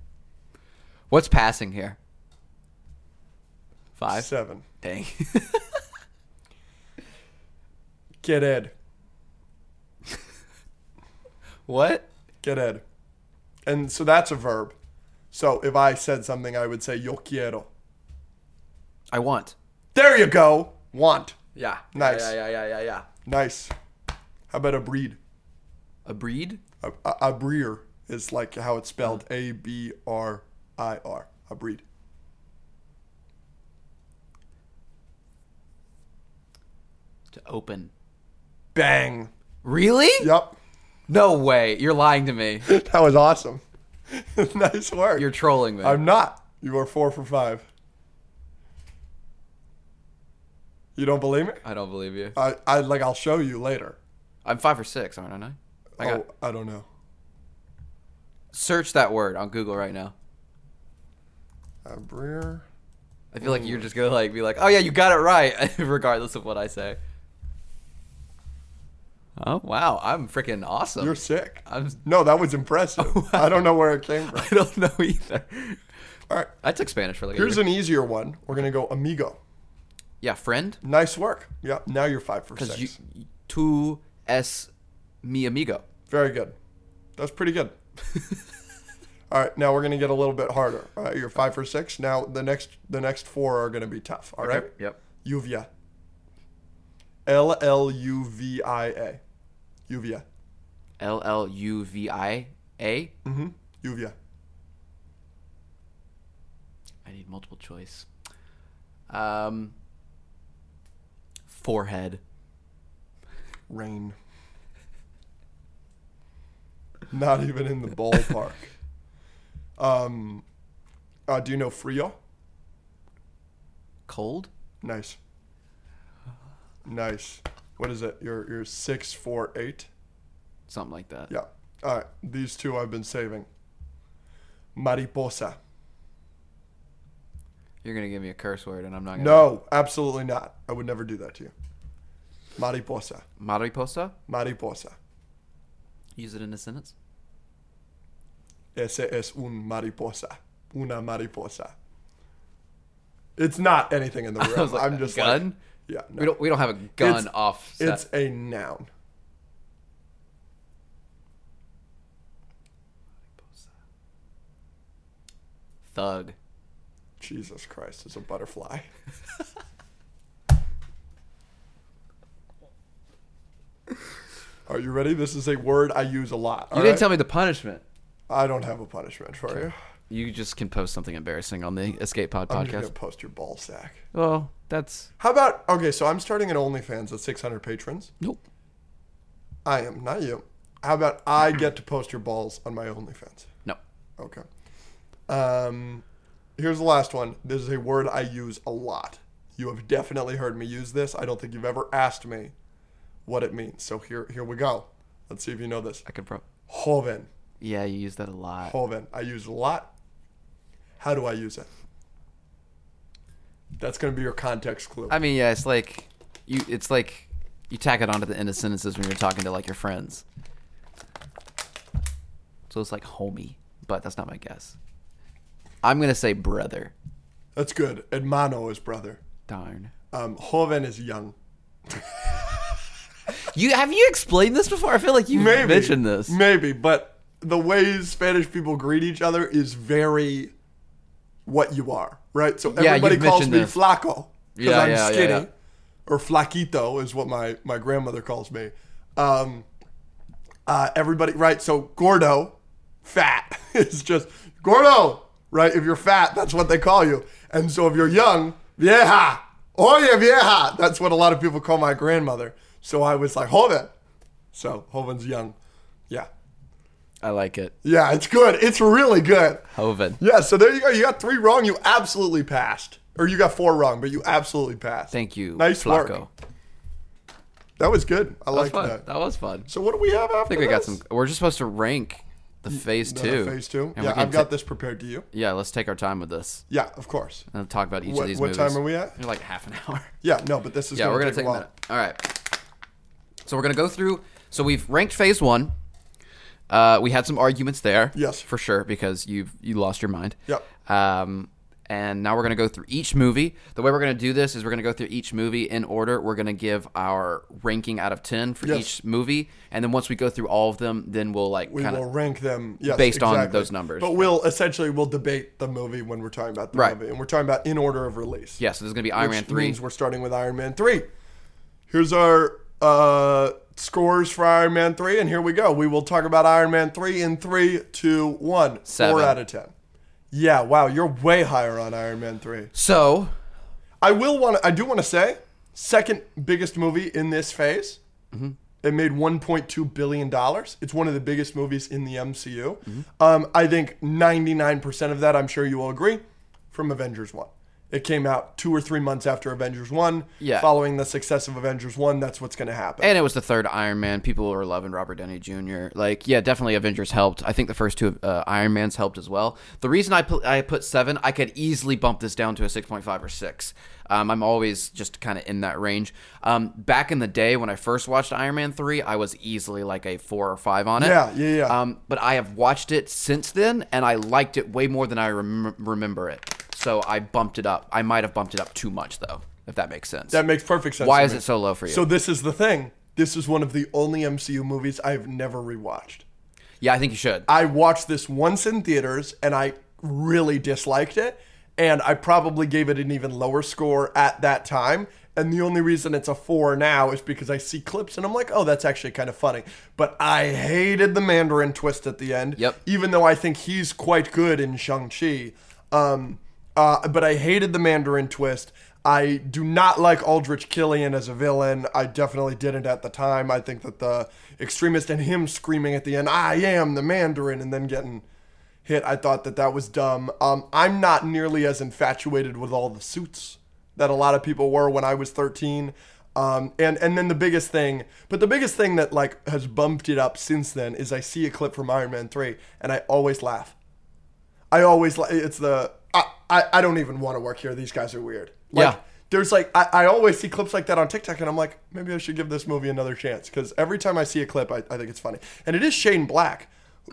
B: What's passing here? Five.
A: Seven.
B: Dang.
A: Get Ed.
B: [laughs] what?
A: Get Ed. And so that's a verb. So if I said something, I would say yo quiero.
B: I want.
A: There you go. Want.
B: Yeah.
A: Nice.
B: Yeah, yeah, yeah, yeah, yeah.
A: Nice. How about a breed?
B: A breed?
A: A, a, a breer is like how it's spelled. A B R I R. A breed.
B: To open.
A: Bang.
B: Really?
A: Yup. [laughs]
B: No way. You're lying to me.
A: That was awesome. [laughs] nice work.
B: You're trolling me.
A: I'm not. You are four for five. You don't believe me?
B: I don't believe you.
A: I, I like. I'll show you later.
B: I'm five or six, aren't I? I got
A: oh, I don't know.
B: search that word on Google right now.
A: A Breer.
B: I feel like
A: Mm.
B: you're just gonna like be like, oh yeah, you got it right, [laughs] regardless of what I say. Oh wow, I'm freaking awesome.
A: You're sick.
B: I'm. [laughs]
A: No, that was impressive. I don't know where it came from.
B: I don't know either.
A: All right.
B: I took Spanish for like
A: Here's
B: a
A: an
B: year.
A: easier one. We're gonna go amigo.
B: yeah, friend.
A: Nice work. Yeah. Now you're five for six.
B: Because you, tu es mi amigo.
A: Very good. That's pretty
B: [laughs]
A: good. All right, now we're gonna get a little bit harder. All right, you're five for six. Now the next the next four are gonna be tough. All right.
B: Yep.
A: Uvia. L L U V I A. Uvia.
B: L L U V I A.
A: Mm-hmm. Uvia.
B: I need multiple choice. Um, forehead.
A: Rain. Not even in the ballpark. um, uh, do you know Frio?
B: Cold.
A: Nice. Nice. What is it? You're you're six four eight.
B: Something like that.
A: Yeah. All right. These two I've been saving. Mariposa.
B: You're gonna give me a curse word, and I'm not gonna.
A: No, absolutely not. I would never do that to you. Mariposa.
B: Mariposa.
A: Mariposa.
B: Use it in a sentence.
A: Ese es un mariposa. Una mariposa. It's not anything
B: [laughs]
A: in the room.
B: I was
A: [laughs]
B: like,
A: I'm just
B: gun.
A: like, yeah. No.
B: We don't. We don't have a gun
A: It's-
B: off. Set.
A: It's a noun.
B: thug.
A: Jesus Christ, it's a
B: [laughs]
A: butterfly. Are you ready? This is a word I use a lot.
B: You didn't tell me the punishment.
A: I don't have a punishment for you.
B: You just can post something embarrassing on the Escape Pod
A: I'm just gonna
B: podcast.
A: post your ball sack.
B: Well, that's
A: How about okay? So I'm starting an OnlyFans at 600 patrons.
B: nope.
A: I am not you. How about I get to post your balls on my OnlyFans?
B: No.
A: Okay. Um, here's the last one. This is a word I use a lot. You have definitely heard me use this. I don't think you've ever asked me what it means. So here, here we go. Let's see if you know this.
B: I can pro.
A: Joven,
B: Yeah, you use that a lot.
A: joven. I use a lot. How do I use it? That's gonna be your context clue.
B: I mean, yeah, it's like you. It's like you tack it onto the end of sentences when you're talking to like your friends. So it's like homie, but that's not my guess. I'm gonna say brother.
A: That's good. Hermano is brother.
B: Darn.
A: Um, joven is young.
B: You have you explained this before? I feel like you
A: Maybe
B: mentioned this.
A: Maybe, but the way Spanish people greet each other is very what you are, right? So
B: Yeah,
A: everybody
B: you've
A: calls
B: mentioned
A: me
B: this.
A: flaco because
B: Yeah,
A: I'm
B: yeah, yeah,
A: skinny,
B: yeah.
A: or flaquito is what my my grandmother calls me. Um, uh, everybody, right? So gordo, fat [laughs] is just gordo, right? If you're fat, that's what they call you. And so if you're young, vieja, oye vieja, that's what a lot of people call my grandmother. So I was like joven. So joven's young, yeah,
B: I like it.
A: yeah. It's good. It's really good.
B: Hoven.
A: Yeah. So there you go. You got three wrong. You absolutely passed, or you got four wrong, but you absolutely passed.
B: Thank you,
A: Nice
B: Flacco.
A: work. That was good. I
B: That was
A: like
B: fun.
A: that.
B: That was fun.
A: So what do we have after?
B: I think we got some. We're just supposed to rank the phase two.
A: Phase two.
B: And we
A: yeah,
B: can
A: I've got
B: ta-
A: this prepared to you.
B: yeah, let's take our time with this
A: Yeah, of course.
B: and talk about each
A: What-
B: of these
A: what
B: movies.
A: time are we at?
B: We're like half an [laughs] hour.
A: Yeah, no, but this is
B: Yeah,
A: gonna
B: we're gonna
A: take,
B: take
A: a
B: a
A: while.
B: minute. All right. So we're gonna go through. So we've ranked phase one. Uh, we had some arguments there.
A: Yes.
B: for sure, because you you lost your mind.
A: Yep.
B: Um, and now we're gonna go through each movie. The way we're gonna do this is we're gonna go through each movie in order. We're gonna give our ranking out of ten for
A: Yes.
B: each movie, and then once we go through all of them, then we'll like
A: We
B: kind
A: will
B: of
A: rank them yes,
B: based on
A: exactly.
B: those numbers.
A: But we'll essentially we'll debate the movie when we're talking about the
B: Right.
A: movie, and we're talking about in order of release.
B: yeah. So there's gonna be Iron Man
A: which
B: three.
A: means we're starting with Iron Man three. Here's our uh, scores for Iron Man three, and here we go. We will talk about Iron Man three in three, two, one.
B: Seven.
A: Four out of ten. Yeah, wow, you're way higher on Iron Man three.
B: So
A: I will want. to I do want to say, second biggest movie in this phase.
B: Mm-hmm.
A: It made 1.2 billion dollars. It's one of the biggest movies in the
B: Mm-hmm.
A: MCU. Um, I think 99% of that, I'm sure you will agree, from Avengers One. It came out two or three months after Avengers One.
B: Yeah.
A: Following the success of Avengers One, that's what's going to happen.
B: And it was the third Iron Man. People were loving Robert Downey Jr. Like, yeah, definitely Avengers helped. I think the first two uh, Iron Mans helped as well. The reason I put I put seven, I could easily bump this down to a six point five or six. Um, I'm always just kind of in that range. Um, back in the day when I first watched Iron Man three, I was easily like a four or five on it.
A: Yeah, yeah, yeah.
B: Um, but I have watched it since then, and I liked it way more than I rem- remember it. So I bumped it up. I might have bumped it up too much though, if that makes sense.
A: that makes perfect sense.
B: Why
A: to
B: is
A: me.
B: it so low for you?
A: So this is the thing. This is one of the only MCU movies I've never rewatched.
B: yeah, I think you should.
A: I watched this once in theaters and I really disliked it. And I probably gave it an even lower score at that time. And the only reason it's a four now is because I see clips and I'm like, oh, that's actually kind of funny. But I hated the Mandarin twist at the end.
B: Yep.
A: Even though I think he's quite good in Shang-Chi. Um, uh, but I hated the Mandarin twist. I do not like Aldrich Killian as a villain. I definitely didn't at the time. I think that the extremist and him screaming at the end, I am the Mandarin, and then getting hit, I thought that that was dumb. Um, I'm not nearly as infatuated with all the suits that a lot of people were when I was 13. Um, and and then the biggest thing, but the biggest thing that like has bumped it up since then is I see a clip from Iron Man three and I always laugh. I always like it's the I, I I don't even want to work here. These guys are weird. Like,
B: Yeah.
A: There's like I, I always see clips like that on TikTok and I'm like maybe I should give this movie another chance because every time I see a clip I, I think it's funny and it is Shane Black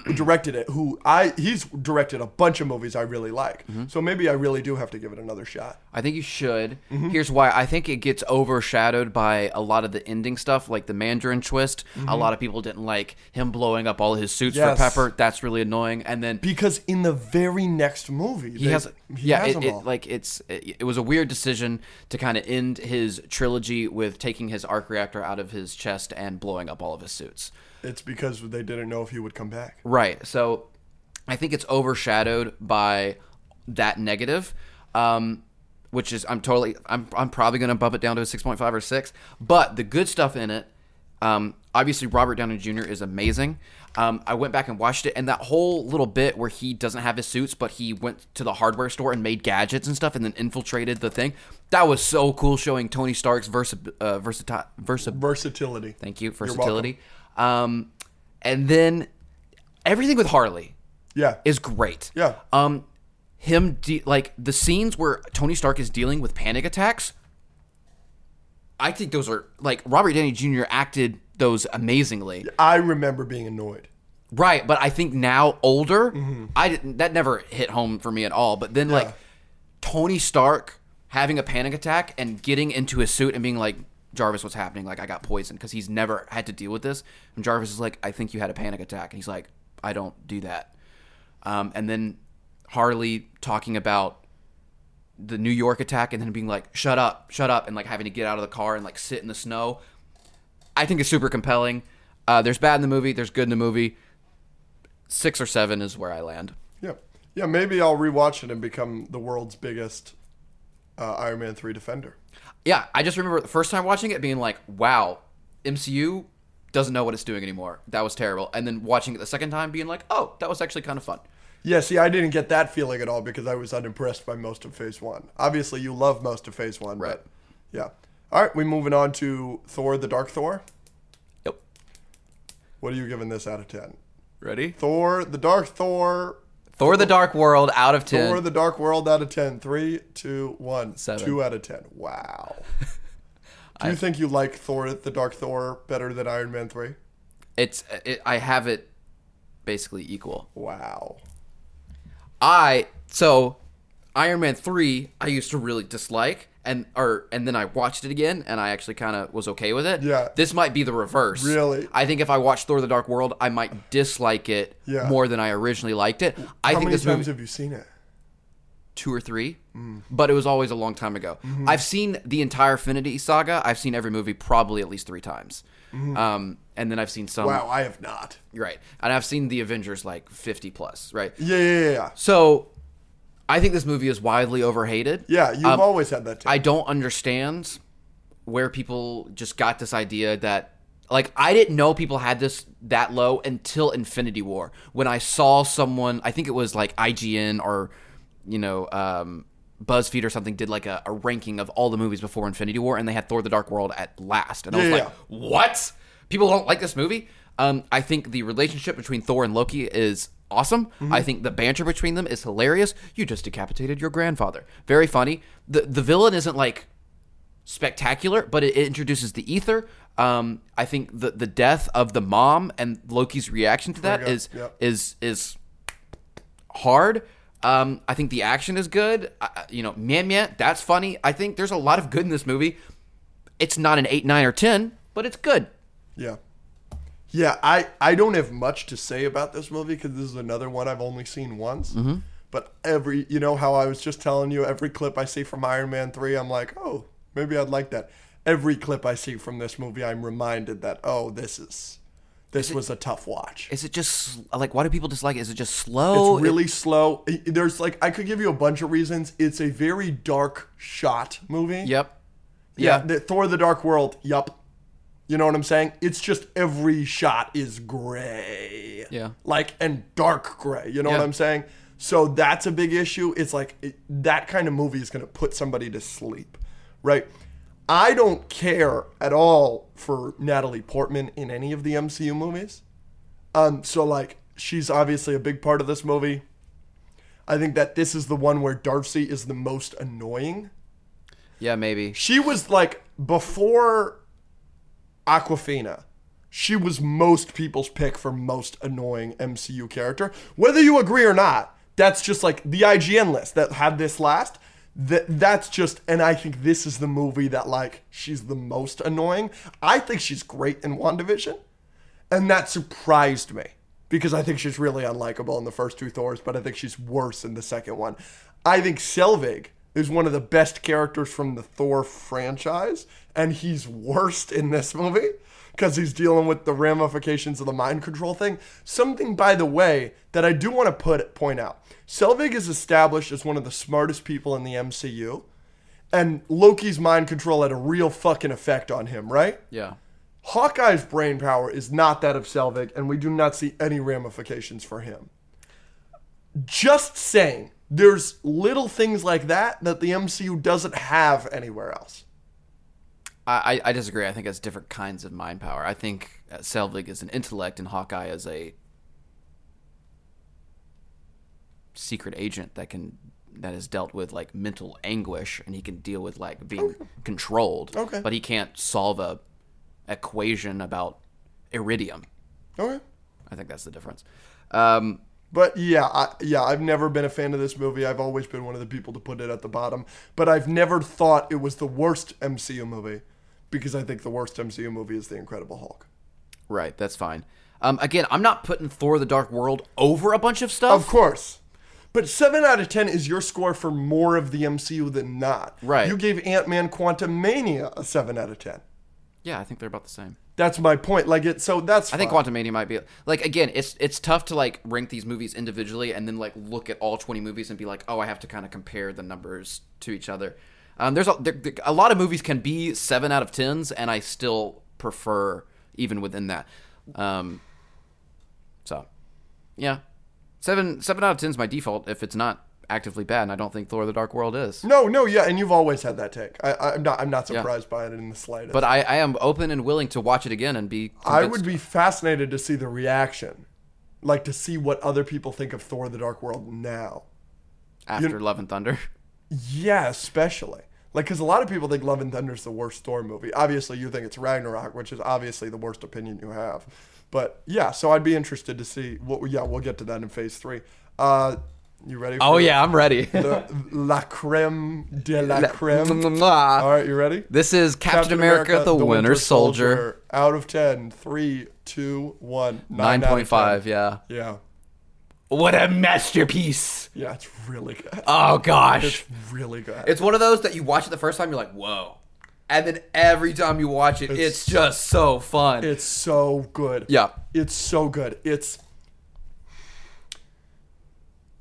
A: who [clears throat] directed it who I he's directed a bunch of movies I really like
B: Mm-hmm.
A: so maybe I really do have to give it another shot.
B: I think you should. Here's why. I think it gets overshadowed by a lot of the ending stuff, like the Mandarin twist. A lot of people didn't like him blowing up all his suits
A: Yes.
B: for Pepper. That's really annoying. And then
A: because in the very next movie
B: he has, yeah, it, it, like it's it, it was a weird decision to kind of end his trilogy with taking his arc reactor out of his chest and blowing up all of his suits.
A: it's because they didn't know if he would come back.
B: Right. So I think it's overshadowed by that negative, um, which is I'm totally I'm I'm probably going to bump it down to a six point five or six. But the good stuff in it, um, obviously Robert Downey Jr. is amazing. Um, I went back and watched it, and that whole little bit where he doesn't have his suits, but he went to the hardware store and made gadgets and stuff, and then infiltrated the thing. That was so cool, showing Tony Stark's versi- uh, versati- versi-
A: Versatility.
B: Thank you, versatility. Um, and then everything with Harley
A: Yeah.
B: is great.
A: Yeah.
B: Um, him de- like the scenes where Tony Stark is dealing with panic attacks. I think those are like Robert Downey Jr. acted those amazingly.
A: I remember being annoyed.
B: Right, but I think now older, I didn't, that never hit home for me at all. But then like Tony Stark having a panic attack and getting into his suit and being like, Jarvis, what's happening? Like I got poisoned because he's never had to deal with this. And Jarvis is like, I think you had a panic attack, and he's like, I don't do that. Um, and then Harley talking about the New York attack and then being like, shut up, shut up, and like having to get out of the car and like sit in the snow. I think it's super compelling. Uh, there's bad in the movie, there's good in the movie. Six or seven is where I land.
A: Yeah. Yeah, maybe I'll rewatch it and become the world's biggest uh, Iron Man 3 defender.
B: Yeah, I just remember the first time watching it being like, wow, MCU doesn't know what it's doing anymore. That was terrible. And then watching it the second time being like, oh, that was actually kind of fun.
A: Yeah, see, I didn't get that feeling at all because I was unimpressed by most of Phase 1. Obviously, you love most of Phase 1,
B: Right.
A: but yeah. All right, we moving on to Thor the Dark Thor.
B: Yep.
A: What are you giving this out of 10?
B: Ready?
A: Thor the Dark Thor,
B: Thor the Dark World out of 10.
A: Thor the Dark World out of 10. 3, 2, 1.
B: Seven.
A: 2 out of 10. Wow.
B: [laughs]
A: Do you think you like Thor the Dark Thor better than Iron Man 3?
B: it's, it, I have it basically equal.
A: Wow.
B: I so Iron Man three I used to really dislike and or and then I watched it again and I actually kind of was okay with it.
A: Yeah.
B: this might be the reverse.
A: Really?
B: I think if I watched Thor: The Dark World, I might dislike it
A: Yeah.
B: more than I originally liked it. I
A: How
B: think
A: many
B: this movie
A: times have Mm. you seen it?
B: two or three, but it was always a long time ago.
A: Mm-hmm.
B: I've seen the entire Infinity Saga. I've seen every movie probably at least three times. Um, and then I've seen some
A: Mm-hmm. Wow, I have not.
B: right, and I've seen the Avengers like fifty plus right.
A: Yeah, yeah, yeah, yeah.
B: So I think this movie is widely overhated.
A: Yeah, you've
B: Um,
A: always had that.
B: I don't understand where people just got this idea that like I didn't know people had this that low until Infinity War when I saw someone I think it was like IGN or you know um BuzzFeed or something did like a, a ranking of all the movies before Infinity War, and they had Thor: The Dark World at last, and I was
A: Yeah,
B: like,
A: yeah.
B: "What? People don't like this movie?" Um, I think the relationship between Thor and Loki is awesome.
A: Mm-hmm.
B: I think the banter between them is hilarious. You just decapitated your grandfather. Very funny. the The villain isn't like spectacular, but it, it introduces the ether. Um, I think the the death of the mom and Loki's reaction to that
A: God,
B: is
A: yeah.
B: is is hard. Um, I think the action is good. I, I- you know, man, man, that's funny. I think there's a lot of good in this movie. It's not an eight, nine, or ten, but it's good.
A: Yeah. Yeah, I, I don't have much to say about this movie because this is another one I've only seen once.
B: Mm-hmm.
A: But every, you know how I was just telling you, every clip I see from Iron Man 3, I'm like, oh, maybe I'd like that. Every clip I see from this movie, I'm reminded that, oh, this is, this was a tough watch.
B: Is it just like why do people dislike it? Is it just slow?
A: It's really slow. I- There's like, I could give you a bunch of reasons. It's a very dark shot movie.
B: It- yep.
A: Yeah.
B: Yeah.
A: the, Thor the Dark World, yup. You know what I'm saying? It's just every shot is gray.
B: Yeah.
A: Like, and dark gray. You know
B: Yeah.
A: what I'm saying? So that's a big issue. It's like it, that kind of movie is going to put somebody to sleep, right? I don't care at all for Natalie Portman in any of the MCU movies. Um, so like she's obviously a big part of this movie. I think that this is the one where Darcy is the most annoying
B: Yeah, maybe.
A: she was like before Aquafina. She was most people's pick for most annoying MCU character. Whether you agree or not, that's just like the IGN list that had this last. That that's just, and I think this is the movie that like she's the most annoying. I think she's great in WandaVision, and that surprised me because I think she's really unlikable in the first two Thors, but I think she's worse in the second one. I think Selvig is one of the best characters from the Thor franchise, and he's worst in this movie because he's dealing with the ramifications of the mind control thing. Something, by the way, that I do want to put point out: Selvig is established as one of the smartest people in the MCU, and Loki's mind control had a real fucking effect on him, right?
B: Yeah.
A: Hawkeye's brain power is not that of Selvig, and we do not see any ramifications for him. Just saying, there's little things like that that the MCU doesn't have anywhere else.
B: I, I I disagree. I think it's different kinds of mind power. I think uh, Selvig is an intellect and Hawkeye is a secret agent that can that has dealt with like mental anguish and he can deal with like being controlled.
A: Okay.
B: But he can't solve a equation about iridium.
A: Okay.
B: I think that's the difference. Um,
A: But yeah, I, yeah, I've never been a fan of this movie. I've always been one of the people to put it at the bottom. But I've never thought it was the worst MCU movie because I think the worst MCU movie is The Incredible Hulk.
B: right, that's fine. Um, again, I'm not putting Thor: The Dark World over a bunch of stuff.
A: Of course. But 7 out of 10 is your score for more of the MCU than not.
B: Right.
A: You gave Ant Man Quantumania a 7 out of 10.
B: yeah, I think they're about the same.
A: That's my point. Like, it, so that's.
B: I think Quantumania might be like again, it's it's tough to like rank these movies individually and then like look at all twenty movies and be like, oh, I have to kind of compare the numbers to each other. Um, there's a, there, there- a lot of movies can be seven out of tens, and I still prefer even within that. Um, so, yeah, seven seven out of ten is my default if it's not actively bad, and I don't think Thor: The Dark World is.
A: No, no, yeah, and you've always had that take. I, I, I'm not. I'm not surprised by it in the slightest.
B: But I, I am open and willing to watch it again and be.
A: I
B: convinced.
A: would be fascinated to see the reaction, like to see what other people think of Thor: The Dark World now.
B: after Love and Thunder.
A: Yeah, especially like because a lot of people think Love and Thunder is the worst Thor movie. Obviously, you think it's Ragnarok, which is obviously the worst opinion you have. But yeah, so I'd be interested to see what. Yeah, we'll get to that in phase three. Uh, you ready? For
B: Oh,
A: [laughs]
B: I'm ready.
A: The, la creme de la creme.
B: [laughs]
A: All
B: Mwah.
A: right, you ready?
B: This is Captain, America, the, Winter, Soldier,
A: Out of 10, 3, 2, 1. 9 out of
B: 9.5,
A: 10.
B: yeah.
A: Yeah.
B: What a masterpiece.
A: Yeah, it's really good.
B: Oh gosh.
A: It's really good.
B: It's one of those that you watch it the first time you're like, "Whoa." And then every time you watch it, it's, just so fun.
A: It's so good.
B: Yeah.
A: It's so good. It's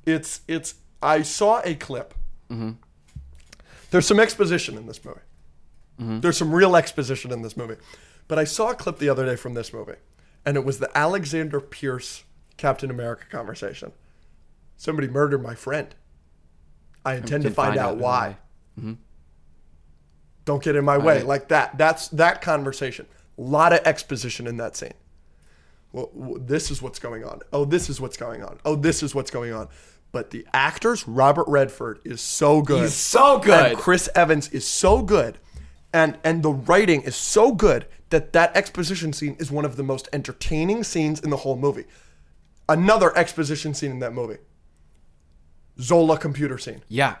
A: it's it's I saw a clip. There's some exposition in this movie. There's some real exposition in this movie. But I saw a clip the other day from this movie, and it was the Alexander Pierce Captain America conversation. Somebody murdered my friend. I intend to
B: can
A: find,
B: find
A: out,
B: out
A: why.
B: why.
A: Don't get in my way.
B: right.
A: Like that. That's that conversation. A lot of exposition in that scene. Well, w- this is what's going on. Oh, this is what's going on. Oh, this is what's going on. But the actors, Robert Redford is so good.
B: He's so good.
A: And Chris Evans is so good. And and the writing is so good that that exposition scene is one of the most entertaining scenes in the whole movie. Another exposition scene in that movie. Zola computer scene
B: Yeah.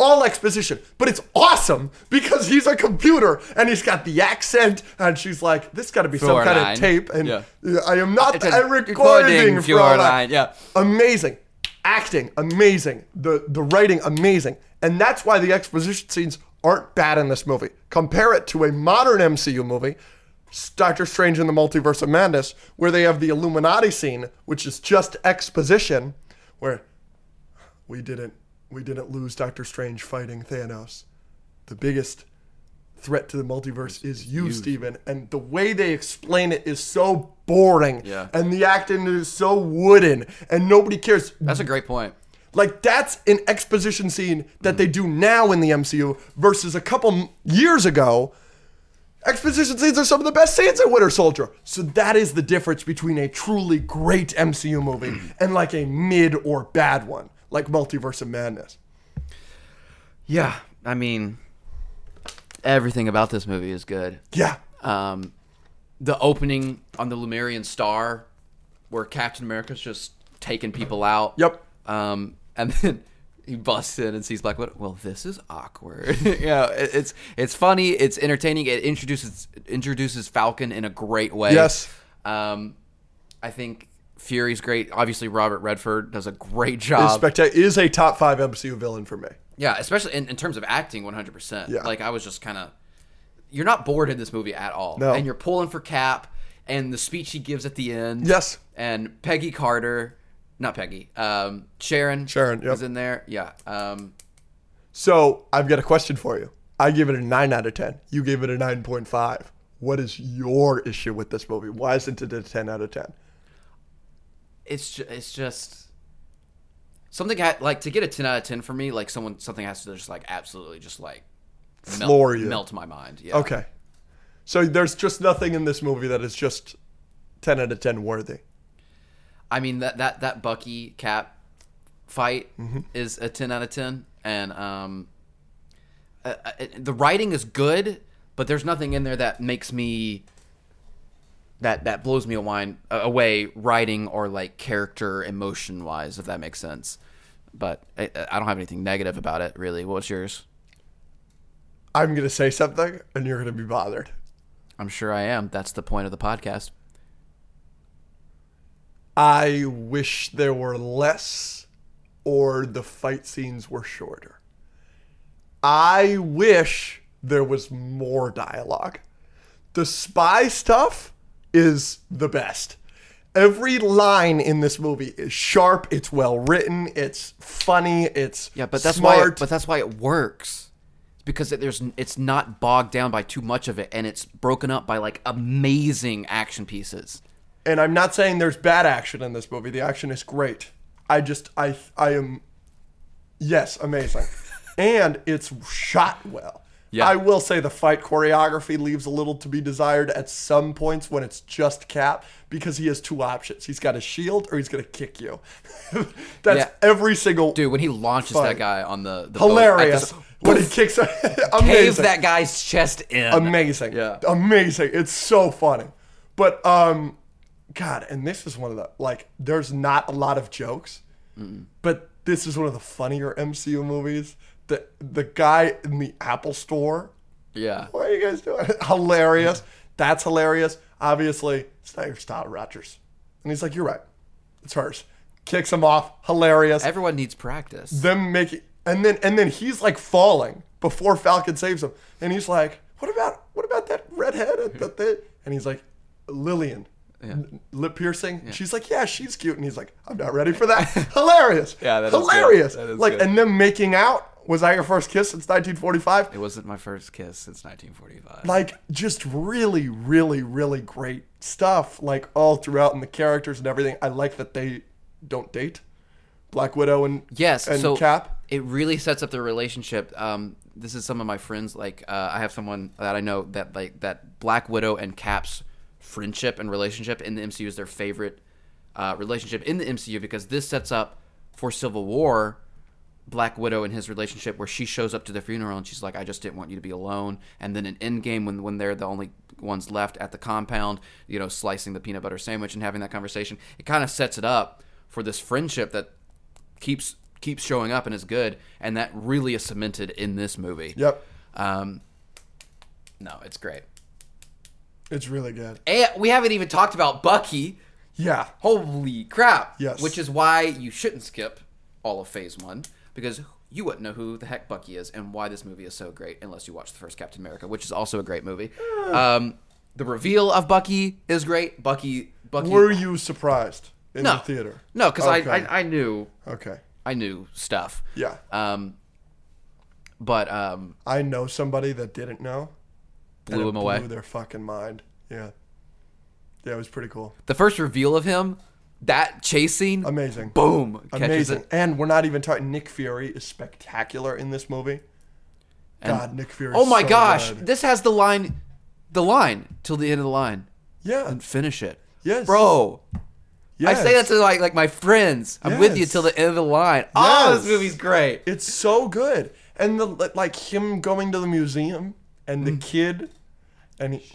A: all exposition, but it's awesome because he's a computer and he's got the accent, and she's like, "This got to be some kind
B: Fräulein.
A: of tape," and
B: Yeah.
A: I am not
B: It's a
A: recording,
B: recording,
A: Fräulein."
B: Fräulein, yeah.
A: amazing, acting, amazing, the the writing, amazing, and that's why the exposition scenes aren't bad in this movie. Compare it to a modern MCU movie. Doctor Strange in the Multiverse of Madness, where they have the Illuminati scene, which is just exposition, where we didn't we didn't lose Doctor Strange fighting Thanos. The biggest threat to the multiverse is you, Steven. And the way they explain it is so boring.
B: Yeah.
A: And the acting is so wooden and nobody cares.
B: That's a great point.
A: Like that's an exposition scene that they
B: Mm-hmm.
A: do now in the MCU versus a couple m- years ago. Exposition scenes are some of the best scenes in Winter Soldier. So that is the difference between a truly great MCU movie
B: Mm.
A: and like a mid or bad one, like Multiverse of Madness.
B: Yeah. I mean, everything about this movie is good.
A: Yeah.
B: Um, the opening on the Lumerian Star, where Captain America's just taking people out.
A: Yep.
B: Um, and then [laughs] he busts in and sees Black Widow. Well, this is awkward. [laughs] yeah, it, it's it's funny. It's entertaining. It introduces introduces Falcon in a great way.
A: Yes.
B: Um, I think Fury's great. Obviously, Robert Redford does a great job.
A: Specta is a top five MCU villain for me.
B: Yeah, especially in, in terms of acting, one hundred percent.
A: Yeah.
B: Like I was just kind of, you're not bored in this movie at all,
A: No.
B: and you're pulling for Cap and the speech he gives at the end.
A: Yes.
B: and Peggy Carter, not Peggy, um, Sharon.
A: Sharon, yep.
B: was in there. Yeah, um,
A: So I've got a question for you. I give it a nine out of ten. You gave it a nine point five. What is your issue with this movie? Why isn't it a ten out of ten?
B: it's ju- it's just something ha- like to get a ten out of ten for me. Like someone, something has to just like absolutely just like melt,
A: Floor you.
B: melt my mind. Yeah.
A: Okay. So there's just nothing in this movie that is just ten out of ten worthy.
B: I mean that that that Bucky Cap fight is a ten out of ten, and um, uh, uh, the writing is good, but there's nothing in there that makes me that that blows me away, away writing or like character emotion wise, if that makes sense. But I, I don't have anything negative about it really. What's yours?
A: I'm gonna say something and you're gonna be bothered.
B: I'm sure I am. That's the point of the podcast.
A: I wish there were less or the fight scenes were shorter. I wish there was more dialogue. The spy stuff is the best. Every line in this movie is sharp, it's well written, it's funny, it's
B: Yeah, but that's why.
A: smart.
B: It, but that's why it works. It's because it, there's it's not bogged down by too much of it, and it's broken up by like amazing action pieces.
A: and I'm not saying there's bad action in this movie. The action is great. I just I I am yes,
B: [laughs]
A: amazing. and it's shot well.
B: Yeah.
A: I will say the fight choreography leaves a little to be desired at some points when it's just Cap because he has two options. He's got a shield or he's going to kick you. [laughs] That's
B: Yeah.
A: every single
B: Dude, when he launches
A: Fun.
B: that guy on the, the boat at
A: hilarious
B: the-
A: when he kicks [laughs]
B: caves
A: amazing.
B: that guy's chest in.
A: amazing.
B: Yeah.
A: Amazing. It's so funny. But um God, and this is one of the like there's not a lot of jokes. But this is one of the funnier MCU movies. The the guy in the Apple store.
B: yeah,
A: What are you guys doing? [laughs] hilarious. That's hilarious. Obviously, it's not your style, Rogers. And he's like, You're right. It's hers. Kicks him off. Hilarious
B: everyone needs practice.
A: them making and then and then he's like falling before Falcon saves him, and he's like, "What about what about that redhead at the thing?" And he's like, "Lillian." n- Lip piercing. She's like, yeah, she's cute, and he's like, I'm not ready for
B: [laughs]
A: that. [laughs] Hilarious.
B: Yeah, that is good.
A: hilarious.
B: That is
A: like,
B: good.
A: and them making out. Was that your first kiss since 1945?
B: It wasn't my first kiss since 1945.
A: like just really really really great stuff like all throughout in the characters and everything i like that they don't date black widow and
B: yes,
A: and
B: so
A: cap
B: it really sets up their relationship. Um, this is some of my friends. Like uh, I have someone that I know that like that Black Widow and Cap's friendship and relationship in the MCU is their favorite uh, relationship in the MCU because this sets up for Civil War. Black Widow and his relationship, where she shows up to the funeral and she's like, "I just didn't want you to be alone." And then in Endgame, when when they're the only ones left at the compound, you know, slicing the peanut butter sandwich and having that conversation, it kind of sets it up for this friendship that keeps keeps showing up and is good, and that really is cemented in this movie.
A: Yep.
B: Um, no, it's great.
A: It's really good.
B: And we haven't even talked about Bucky.
A: Yeah.
B: Holy crap!
A: Yes.
B: Which is why you shouldn't skip all of Phase One because you wouldn't know who the heck Bucky is and why this movie is so great unless you watch the first Captain America, which is also a great movie.
A: Ah.
B: Um, the reveal of Bucky is great. Bucky, Bucky.
A: Were you surprised in
B: no
A: the theater?
B: No, because
A: Okay.
B: I, I I knew
A: Okay.
B: I knew stuff.
A: Yeah.
B: Um, but um,
A: I know somebody that didn't know. and
B: blew
A: it
B: him away.
A: Blew their fucking mind. Yeah. Yeah, it was pretty cool.
B: the first reveal of him, that chasing,
A: Amazing.
B: boom, catches
A: Amazing.
B: it.
A: And we're not even talking. Nick Fury is spectacular in this movie. God, Nick Fury. is
B: Oh my
A: so
B: gosh,
A: good.
B: this has the line, the line till the end of the line.
A: Yeah.
B: and finish it.
A: Yes.
B: Bro.
A: Yes.
B: I say that to like like my friends. I'm with you
A: Yes.
B: till the end of the line. Oh,
A: Yes.
B: this movie's great.
A: It's so good. And the li- like him going to the museum and
B: Mm.
A: the kid and he,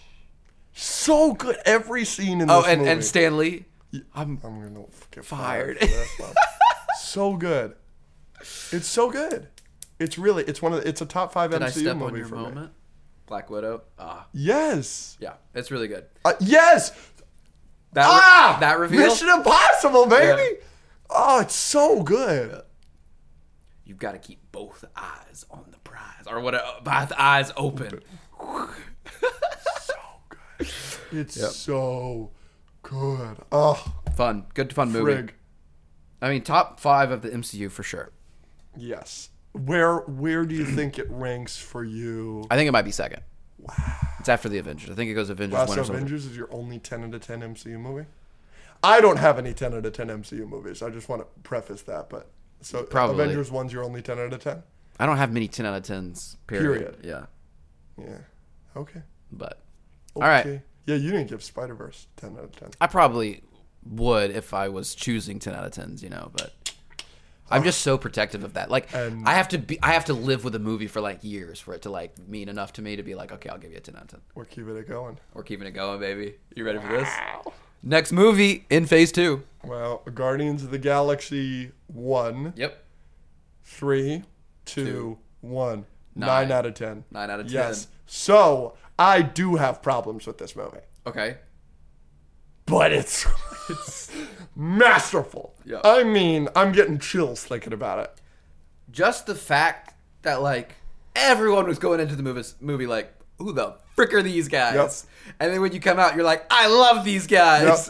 A: so good every scene in
B: oh,
A: this
B: and
A: movie.
B: and Stanley. I'm
A: I'm going to get
B: Fired.
A: fired. for
B: [laughs]
A: that one. so good. It's so good. It's really it's one of the, it's a top 5
B: did
A: MCU
B: I step
A: movie
B: on your
A: for me.
B: moment? Black Widow. Ah,
A: Yes.
B: yeah, it's really good.
A: Uh, yes.
B: That re-
A: ah!
B: that reveal.
A: Mission Impossible, baby.
B: Yeah.
A: Oh, it's so good.
B: You've got to keep both eyes on the prize, or what? uh, Both eyes open.
A: It's so good. Oh,
B: [laughs] Fun, good fun movie.
A: frig.
B: I mean, top five of the MCU for sure.
A: Yes. Where where do you think it ranks for you?
B: I think it might be second. Wow. It's after the Avengers. I think it goes Avengers.
A: Last
B: Winter Soldier.
A: Avengers is your only 10 out of 10 MCU movie? I don't have any 10 out of 10 MCU movies. I just want to preface that, but so
B: Probably.
A: Avengers 1's your only 10 out of 10?
B: I don't have many ten out of tens.
A: Period.
B: Period. Yeah,
A: Yeah. Okay.
B: but all right.
A: Okay. Yeah, you didn't give Spider-Verse 10 out of 10.
B: I probably would if I was choosing ten out of tens, you know, but I'm just so protective of that. Like
A: Oh. And-
B: I have to be I have to live with a movie for like years for it to like mean enough to me to be like, okay, I'll give you a ten out of ten.
A: We're keeping it going.
B: We're keeping it going, baby. You ready for this? Next movie in phase two.
A: Well, Guardians of the Galaxy 1,
B: Yep.
A: three, two, one.
B: Nine.
A: Nine out of 10.
B: Nine out of
A: Yes. So, I do have problems with this movie.
B: Okay.
A: but it's [laughs] it's masterful.
B: Yeah.
A: I mean, I'm getting chills thinking about it.
B: Just the fact that like everyone was going into the movie movie like, who the frick are these guys? And then when you come out, you're like, I love these guys.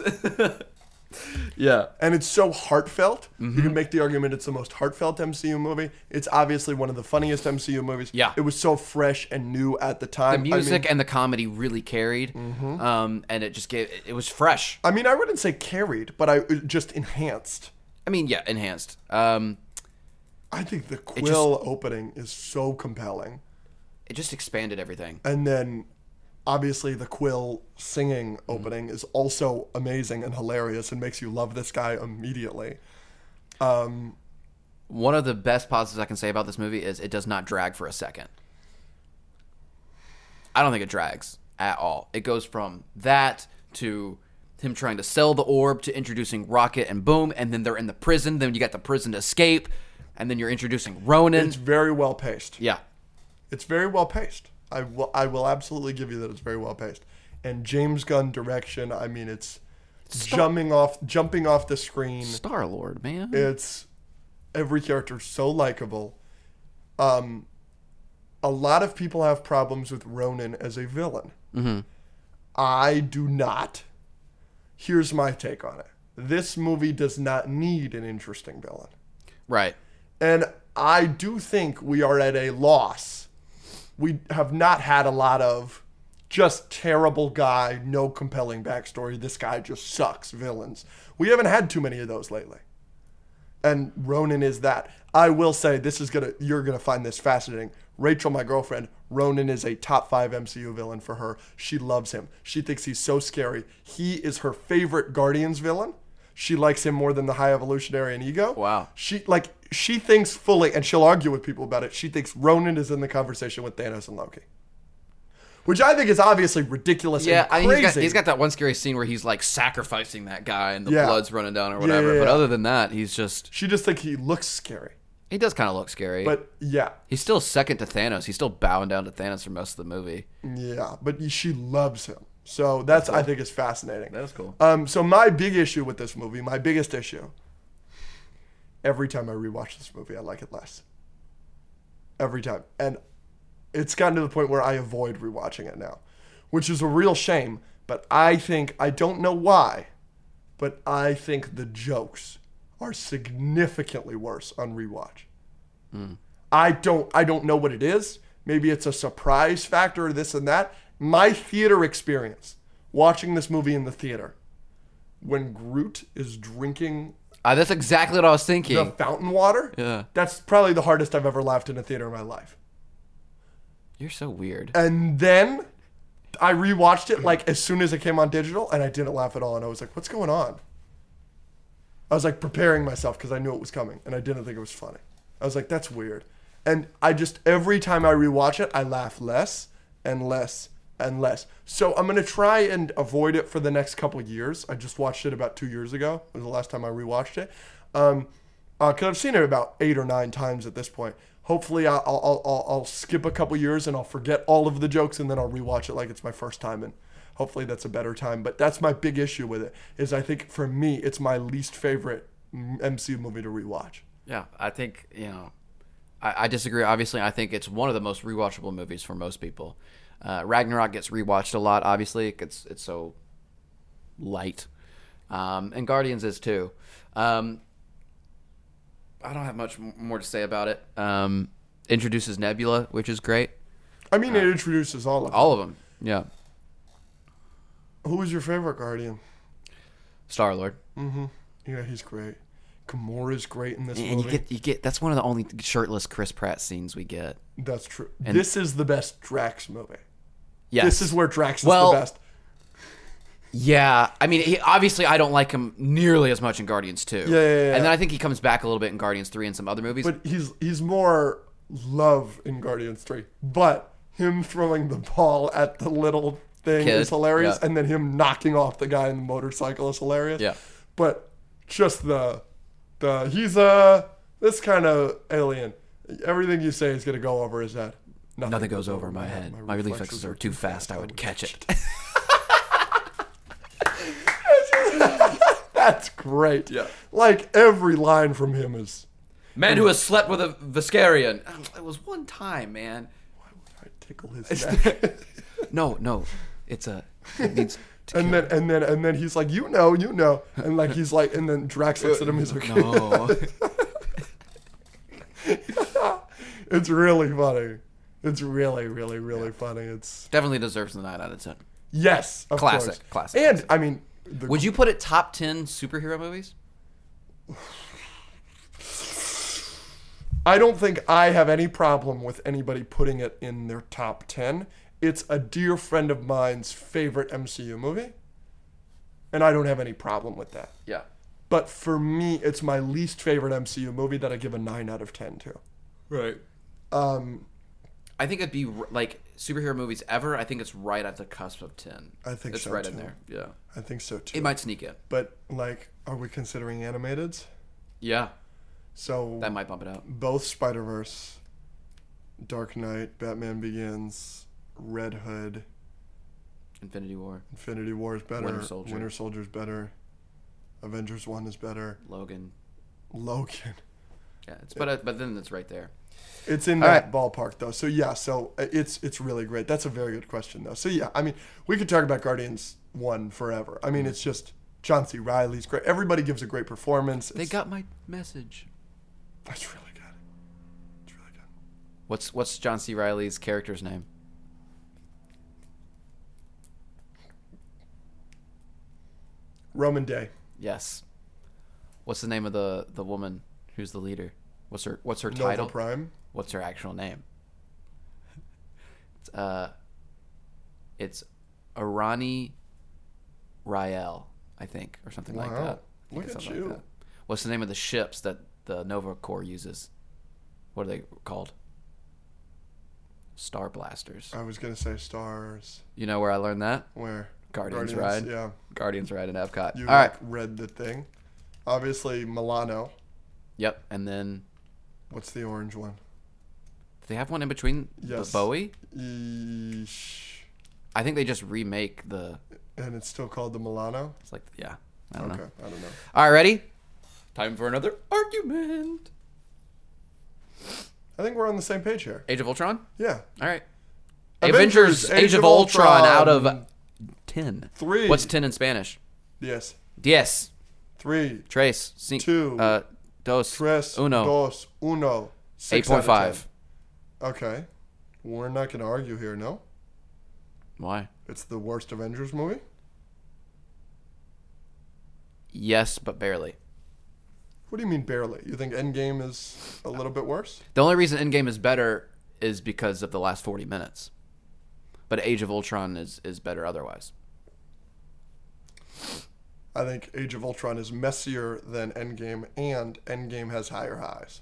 B: [laughs] yeah.
A: And it's so heartfelt. You
B: Mm-hmm.
A: can make the argument it's the most heartfelt MCU movie. It's obviously one of the funniest MCU movies.
B: Yeah.
A: It was so fresh and new at the time.
B: the music and the comedy really carried um, and it just gave it was fresh
A: I mean, I mean, I wouldn't say carried, but I it just enhanced.
B: i mean yeah enhanced um,
A: I think the Quill opening is so compelling.
B: it just expanded everything
A: And then obviously the Quill singing
B: Mm-hmm.
A: opening is also amazing and hilarious and makes you love this guy immediately.
B: one of the best positives i can say about this movie is it does not drag for a second i don't think it drags at all it goes from that to him trying to sell the orb to introducing rocket and boom and then they're in the prison then you got the prison escape and then you're introducing ronan
A: It's very well paced.
B: yeah
A: It's very well paced. I will I will absolutely give you that it's very well paced. And James Gunn direction, I mean it's jumping off jumping off the screen.
B: star lord man
A: It's every character so likable. Um a lot of people have problems with Ronan as a villain. I do not. Here's my take on it. This movie does not need an interesting villain.
B: right
A: And I do think we are at a loss. We have not had a lot of just terrible guy, no compelling backstory, this guy just sucks villains. We haven't had too many of those lately. and Ronan is that. I will say this is gonna you're gonna find this fascinating. Rachel, my girlfriend, Ronan is a top five MCU villain for her. She loves him. She thinks he's so scary. He is her favorite Guardians villain. She likes him more than the High Evolutionary and Ego.
B: Wow.
A: She like she thinks fully, and she'll argue with people about it. She thinks Ronan is in the conversation with Thanos and Loki, which I think is obviously ridiculous.
B: Yeah,
A: and
B: I mean,
A: crazy.
B: he's got, he's got that one scary scene where he's like sacrificing that guy and the
A: Yeah.
B: blood's running down or whatever.
A: yeah,
B: But
A: yeah.
B: other than that, he's just
A: She just thinks he looks scary.
B: he does kind of look scary.
A: But yeah,
B: he's still second to Thanos. He's still bowing down to Thanos for most of the movie.
A: yeah. But she loves him. So that's I think is fascinating.
B: That is cool.
A: Um, so my big issue with this movie, my biggest issue. Every time I rewatch this movie, I like it less. Every time, and it's gotten to the point where I avoid rewatching it now, which is a real shame. But I think I don't know why, but I think the jokes are significantly worse on rewatch. I don't I don't know what it is. Maybe it's a surprise factor or this and that. My theater experience watching this movie in the theater when Groot is drinking
B: Uh, that's exactly what I was
A: the
B: thinking.
A: fountain water.
B: Yeah.
A: That's probably the hardest I've ever laughed in a theater in my life.
B: You're so weird.
A: And then I rewatched it like as soon as it came on digital and I didn't laugh at all and I was like, "What's going on?" I was like preparing myself because I knew it was coming and I didn't think it was funny. I was like, that's weird. And I just, every time I rewatch it, I laugh less and less and less. So I'm going to try and avoid it for the next couple of years. I just watched it about two years ago, was the last time I rewatched it. Um, because I've seen it about eight or nine times at this point. Hopefully, I'll, I'll, I'll, I'll skip a couple years and I'll forget all of the jokes and then I'll rewatch it like it's my first time. And hopefully that's a better time but that's my big issue with it is i think for me it's my least favorite m- mcu movie to rewatch
B: Yeah, I think you know, I, I disagree. Obviously, I think it's one of the most rewatchable movies for most people. Uh, Ragnarok gets rewatched a lot. Obviously, it gets it's so light, um, and Guardians is too. Um, I don't have much m- more to say about it. Um, introduces Nebula, which is great.
A: i mean it introduces all of
B: All of them. Yeah,
A: them who is your favorite guardian
B: Star Lord.
A: yeah he's great Gamora's great in this
B: And you
A: movie.
B: get you get that's one of the only shirtless Chris Pratt scenes we get.
A: That's true. This is the best Drax movie.
B: Yes.
A: This is where Drax is
B: Well,
A: the best.
B: Yeah, I mean, he, obviously, I don't like him nearly as much in Guardians Two.
A: yeah, yeah.
B: And then I think he comes back a little bit in Guardians Three and some other movies.
A: But he's he's more love in Guardians 3. But him throwing the ball at the little thing
B: Kid,
A: is hilarious.
B: yeah.
A: And then him knocking off the guy in the motorcycle is hilarious.
B: Yeah.
A: But just the the he's a this kind of alien. Everything you say is gonna go over his head.
B: Nothing goes over my head. My reflexes are too fast. I would catch it.
A: That's great. Yeah. Like every line from him is
B: [laughs] Man who has slept with a Viscarian. It was one time, man.
A: I tickle his
B: [laughs]
A: neck.
B: No, no, it's a. It needs. To
A: And then and then and then he's like, you know, you know, and like he's like, and then Drax [laughs] looks at him. He's like,
B: no. [laughs]
A: [laughs] it's really funny. It's really, really, really funny. It's
B: Definitely deserves the nine out of ten.
A: yes, of
B: Classic,
A: course.
B: classic,
A: And I mean, the,
B: Would you put it top ten superhero movies?
A: I don't think I have any problem with anybody putting it in their top ten. It's a dear friend of mine's favorite MCU movie, and I don't have any problem with that.
B: Yeah.
A: But for me, it's my least favorite MCU movie that I give a nine out of ten to.
B: Right.
A: Um,
B: I think it'd be r- like superhero movies ever. I think it's right at the cusp of ten.
A: I think
B: it's
A: so,
B: right in
A: too.
B: there. Yeah.
A: I think so too.
B: It might sneak in.
A: but like, are we considering animated?
B: Yeah,
A: So
B: that might bump it up.
A: both Spider Verse, Dark Knight, Batman Begins, Red Hood,
B: Infinity War,
A: Infinity War is better.
B: Winter Soldier.
A: Winter Soldier's better. Avengers One is better.
B: Logan.
A: Logan. [laughs]
B: Yeah, it's but uh, but then it's right there.
A: It's in
B: All
A: that ballpark though. So yeah, so uh, it's it's really great. That's a very good question though. So yeah, I mean, we could talk about Guardians One forever. I mean,
B: Mm.
A: it's just John C. Riley's great. Everybody gives a great performance.
B: They
A: It's-
B: got my message.
A: That's really good. It's really good.
B: What's what's John C. Riley's character's name?
A: Roman Day.
B: Yes. What's the name of the the woman who's the leader? What's her What's her
A: Nova
B: title?
A: Prime.
B: What's her actual name? It's, uh, it's Arani Rael, I think, or something like
A: Wow.
B: that. I think
A: Look
B: it's
A: at
B: something
A: you.
B: that. What's the name of the ships that the Nova Corps uses? What are they called? Star blasters.
A: I was gonna say stars.
B: You know where I learned that?
A: Where
B: Guardians, Ride.
A: Yeah,
B: Guardians Ride in Epcot.
A: you
B: All right.
A: like, read the thing. Obviously Milano.
B: Yep. And then
A: What's the orange one?
B: do they have one in between the
A: Yes.
B: Bowie?
A: Eesh.
B: I think they just remake the.
A: And it's still called the Milano.
B: It's like yeah. I don't
A: Okay,
B: know.
A: I don't know.
B: All right, ready? Time for another argument.
A: I think we're on the same page here.
B: Age of Ultron.
A: Yeah,
B: All right.
A: Avengers,
B: Avengers, Age of Ultron, out of ten.
A: Three.
B: What's ten in Spanish?
A: yes.
B: Diez.
A: Three,
B: Tres. Cinco.
A: Two.
B: Uh, dos.
A: tres,
B: uno.
A: dos, uno. Six
B: Eight
A: out
B: point
A: of
B: five.
A: 10. Okay, we're not gonna argue here. No,
B: Why?
A: it's the worst Avengers movie.
B: Yes, but barely.
A: What do you mean barely? You think Endgame is a little bit worse?
B: The only reason Endgame is better is because of the last forty minutes. But Age of Ultron is is better otherwise.
A: I think Age of Ultron is messier than Endgame, and Endgame has higher highs.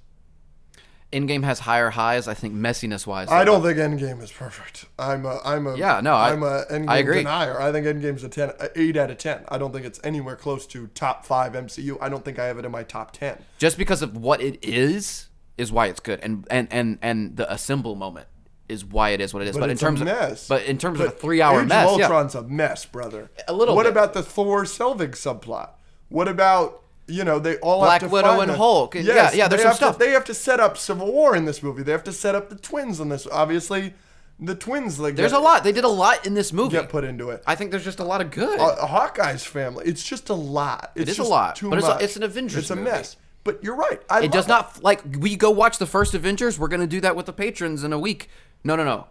B: Endgame has higher highs. I think messiness wise.
A: I don't think Endgame is perfect. I'm a, I'm a,
B: Yeah, no, I-
A: am a Endgame
B: I agree.
A: denier. I think Endgame's a ten, a eight out of ten. I don't think it's anywhere close to top five MCU. I don't think I have it in my top ten.
B: just because of what it is is why it's good and and and and the assemble moment is why it is what it is but, in
A: it's a
B: terms
A: mess.
B: of but in terms of
A: But
B: a 3 hour
A: Age
B: mess
A: of
B: yeah.
A: Ultron's a mess, brother.
B: A little
A: What
B: bit.
A: about the Thor Selvig subplot? What about you know they all
B: Black
A: have to
B: Widow
A: find
B: and
A: the-
B: Hulk. Yeah, yeah, there's
A: they have
B: some
A: to-
B: stuff.
A: they have to set up civil war in this movie. They have to set up the twins in this. Obviously, the twins like
B: there's
A: get,
B: a lot they did a lot in this movie
A: get put into it.
B: i think there's just a lot of good
A: uh, Hawkeye's family. It's just a lot. It's
B: is a
A: just
B: lot,
A: Too
B: but it's a-
A: much.
B: it's an Avengers
A: It's a
B: movie.
A: mess. But you're right. I
B: it
A: love
B: does not like we go watch the first avengers we're gonna do that with the patrons in a week no no no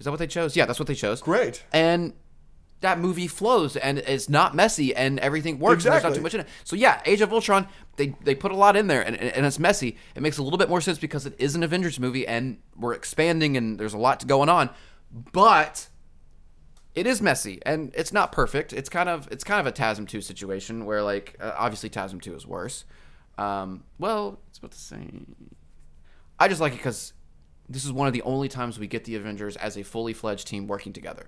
B: is that what they chose yeah that's what they chose
A: Great.
B: and that movie flows and it's not messy and everything works and there's not
A: Exactly.
B: too much in it. So yeah, Age of Ultron, they they put a lot in there and, and, and it's messy. It makes a little bit more sense because it is an Avengers movie and we're expanding and there's a lot going on. But it is messy and it's not perfect. It's kind of it's kind of a TASM two situation where like uh, obviously TASM two is worse. Um, well, it's about the same. I just like it because this is one of the only times we get the Avengers as a fully fledged team working together.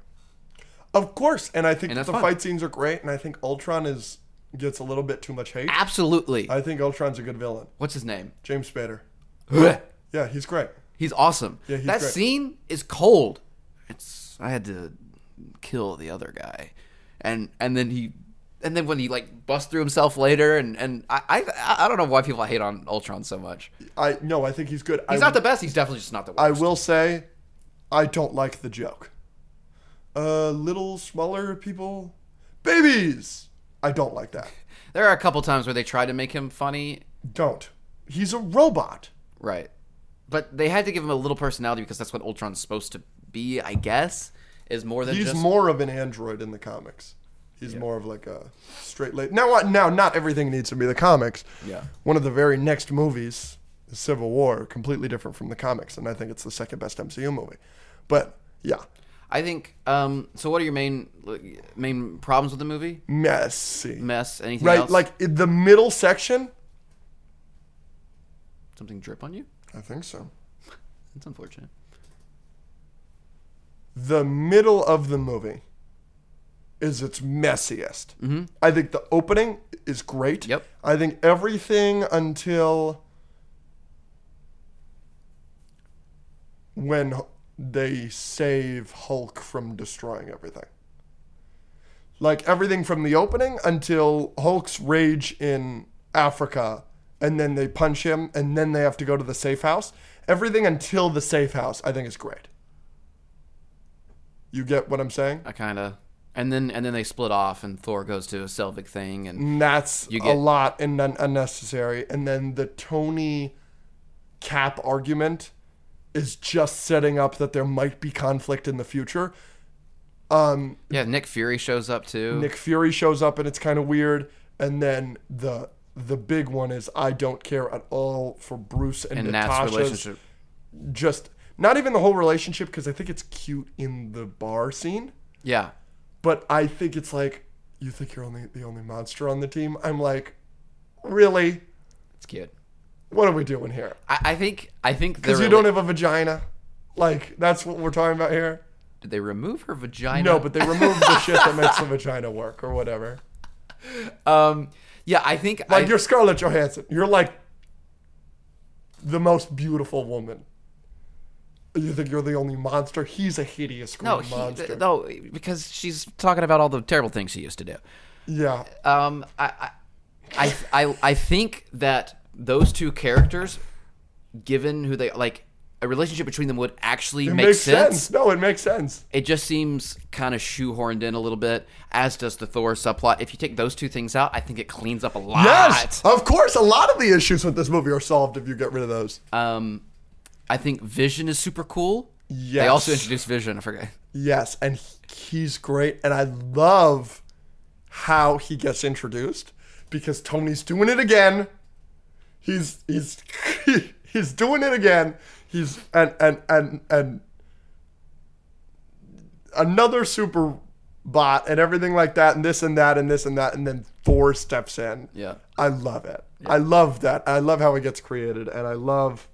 A: Of course, and I think
B: And
A: that
B: that's
A: the
B: fun.
A: fight scenes are great, and I think Ultron is gets a little bit too much hate.
B: Absolutely.
A: I think Ultron's a good villain.
B: What's his name?
A: James Spader. Yeah, he's great.
B: he's awesome.
A: he's
B: that
A: great.
B: scene is cold. It's I had to kill the other guy, and and then he, and then when he like busts through himself later, and and I I, I don't know why people hate on Ultron so much. He's
A: I no, I think he's good. I,
B: not the best. He's definitely just not the
A: I
B: worst.
A: will say, I don't like the joke. Uh, little smaller people, babies. I don't like that.
B: there are a couple times where they tried to make him funny,
A: Don't. He's a robot.
B: right? But they had to give him a little personality because that's what Ultron's supposed to be, I guess. Is more than
A: He's
B: just
A: more of an android in the comics. He's more of like a straight late. Now, what- now, not everything needs to be the comics.
B: Yeah.
A: One of the very next movies, is Civil War, completely different from the comics, and I think it's the second best MCU movie. But yeah,
B: I think. Um. So, what are your main like, main problems with the movie?
A: messy.
B: Mess. Anything
A: right,
B: else?
A: like in the middle section.
B: something drip on you.
A: I think so.
B: That's unfortunate.
A: The middle of the movie is its messiest. Mm-hmm. I think the opening is great.
B: Yep.
A: I think everything until when they save Hulk from destroying everything. Like everything from the opening until Hulk's rage in Africa, and then they punch him, and then they have to go to the safe house. Everything until the safe house, I think, is great. You get what I'm saying?
B: I kind of. And then and then they split off, and Thor goes to a Selvig thing, and
A: And that's
B: You
A: a
B: get-
A: lot and un- unnecessary. And then the Tony Cap argument is just setting up that there might be conflict in the future. Um,
B: yeah, Nick Fury shows up too.
A: Nick Fury shows up and it's kind of weird. And then the The big one is I don't care at all for Bruce and,
B: and Nat's
A: Natasha's
B: relationship.
A: Just not even the whole relationship because I think it's cute in the bar scene,
B: Yeah.
A: but I think it's like you think you're only the only monster on the team. I'm like, really?
B: It's cute.
A: What are we doing here?
B: I, I think I think
A: Because
B: the
A: you
B: rela-
A: don't have a vagina. Like that's what we're talking about here.
B: Did they remove her vagina?
A: No, but they removed the shit that makes the vagina work or whatever.
B: um, yeah, I think
A: Like
B: I,
A: you're Scarlett Johansson. You're like the most beautiful woman. You think you're the only monster? He's a hideous green
B: no, he,
A: monster.
B: th- no, because she's talking about all the terrible things she used to do.
A: yeah,
B: Um, I, I, I, I, I think that those two characters, given who they like, a relationship between them would actually
A: it
B: make
A: makes
B: sense.
A: sense. No, it makes sense.
B: It just seems kind of shoehorned in a little bit, as does the Thor subplot. If you take those two things out, I think it cleans up a lot.
A: Yes, of course. A lot of the issues with this movie are solved if you get rid of those.
B: Um, I think Vision is super cool. They
A: Yes.
B: also introduced Vision. I forget.
A: Yes, and he- he's great, and I love how he gets introduced because Tony's doing it again. He's he's [laughs] he's doing it again. He's and and and and another super bot and everything like that and this and that and this and that and then Thor steps in.
B: Yeah.
A: I love it. I love that. I love how it gets created and I love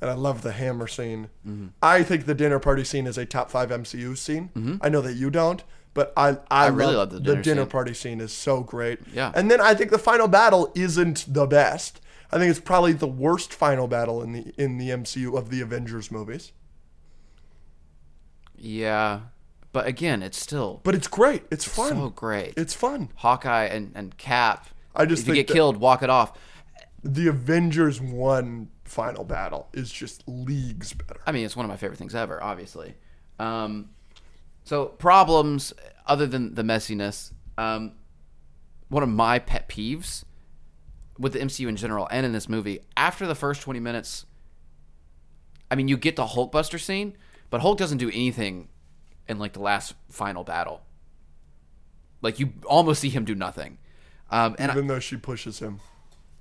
A: and I love the hammer scene.
B: Mm-hmm.
A: I think the dinner party scene is a top 5 MCU scene. I know that you don't, but I I,
B: Mm-hmm. really love the dinner scene.
A: party scene is so great.
B: Yeah.
A: And then I think the final battle isn't the best. I think it's probably the worst final battle in the in the MCU of the Avengers movies.
B: Yeah, but again, it's still
A: But it's great. It's fun.
B: so great.
A: It's fun.
B: Hawkeye and, and Cap.
A: I just
B: if you
A: think
B: get
A: that-
B: killed, walk it off.
A: The Avengers one final battle is just leagues better.
B: I mean, it's one of my favorite things ever, obviously. Um, so problems other than the messiness. Um, one of my pet peeves with the MCU in general and in this movie, after the first twenty minutes, I mean, you get the Hulkbuster scene, but Hulk doesn't do anything in like the last final battle. Like you almost see him do nothing, um, and
A: Even though she pushes him,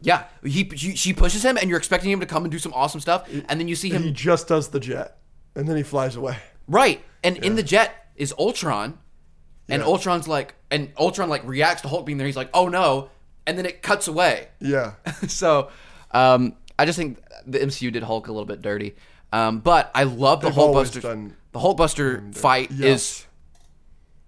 B: yeah, he she, she pushes him, and you're expecting him to come and do some awesome stuff, and then you see him
A: he just does the jet, and then he flies away.
B: Right. And in the jet is Ultron. And Ultron's like and Ultron like reacts to Hulk being there. He's like, "Oh no." And then it cuts away. [laughs]
A: Yeah,
B: so, um I just think the MCU did Hulk a little bit dirty. Um but I love the
A: They've always
B: Hulkbuster
A: done
B: the Hulkbuster fight
A: Yes.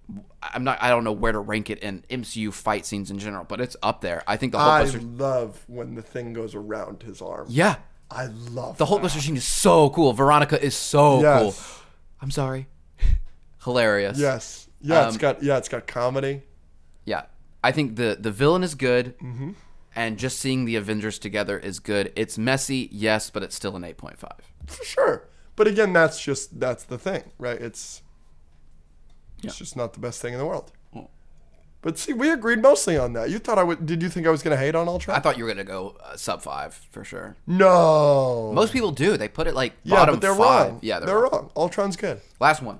B: is I'm not I don't know where to rank it in MCU fight scenes in general, but it's up there. I think the
A: I
B: Hulkbuster
A: love when the thing goes around his arm.
B: Yeah.
A: I love
B: The Hulkbuster scene is so cool. Veronica is so
A: Yes.
B: cool. I'm sorry. [laughs] Hilarious.
A: Yes, yeah,
B: Um,
A: it's got yeah, it's got comedy.
B: Yeah, I think the the villain is good,
A: Mm-hmm.
B: and just seeing the Avengers together is good. It's messy, yes, but it's still an eight point five.
A: for sure. But again, that's just that's the thing, right? It's it's just not the best thing in the world. But see, we agreed mostly on that. You thought I would? Did you think I was going to hate on Ultron?
B: I thought you were gonna go uh, sub five for sure.
A: no.
B: Most people do. They put it like
A: yeah,
B: bottom
A: but they're
B: five.
A: wrong.
B: Yeah, they're,
A: they're
B: wrong.
A: wrong. Ultron's good.
B: Last one.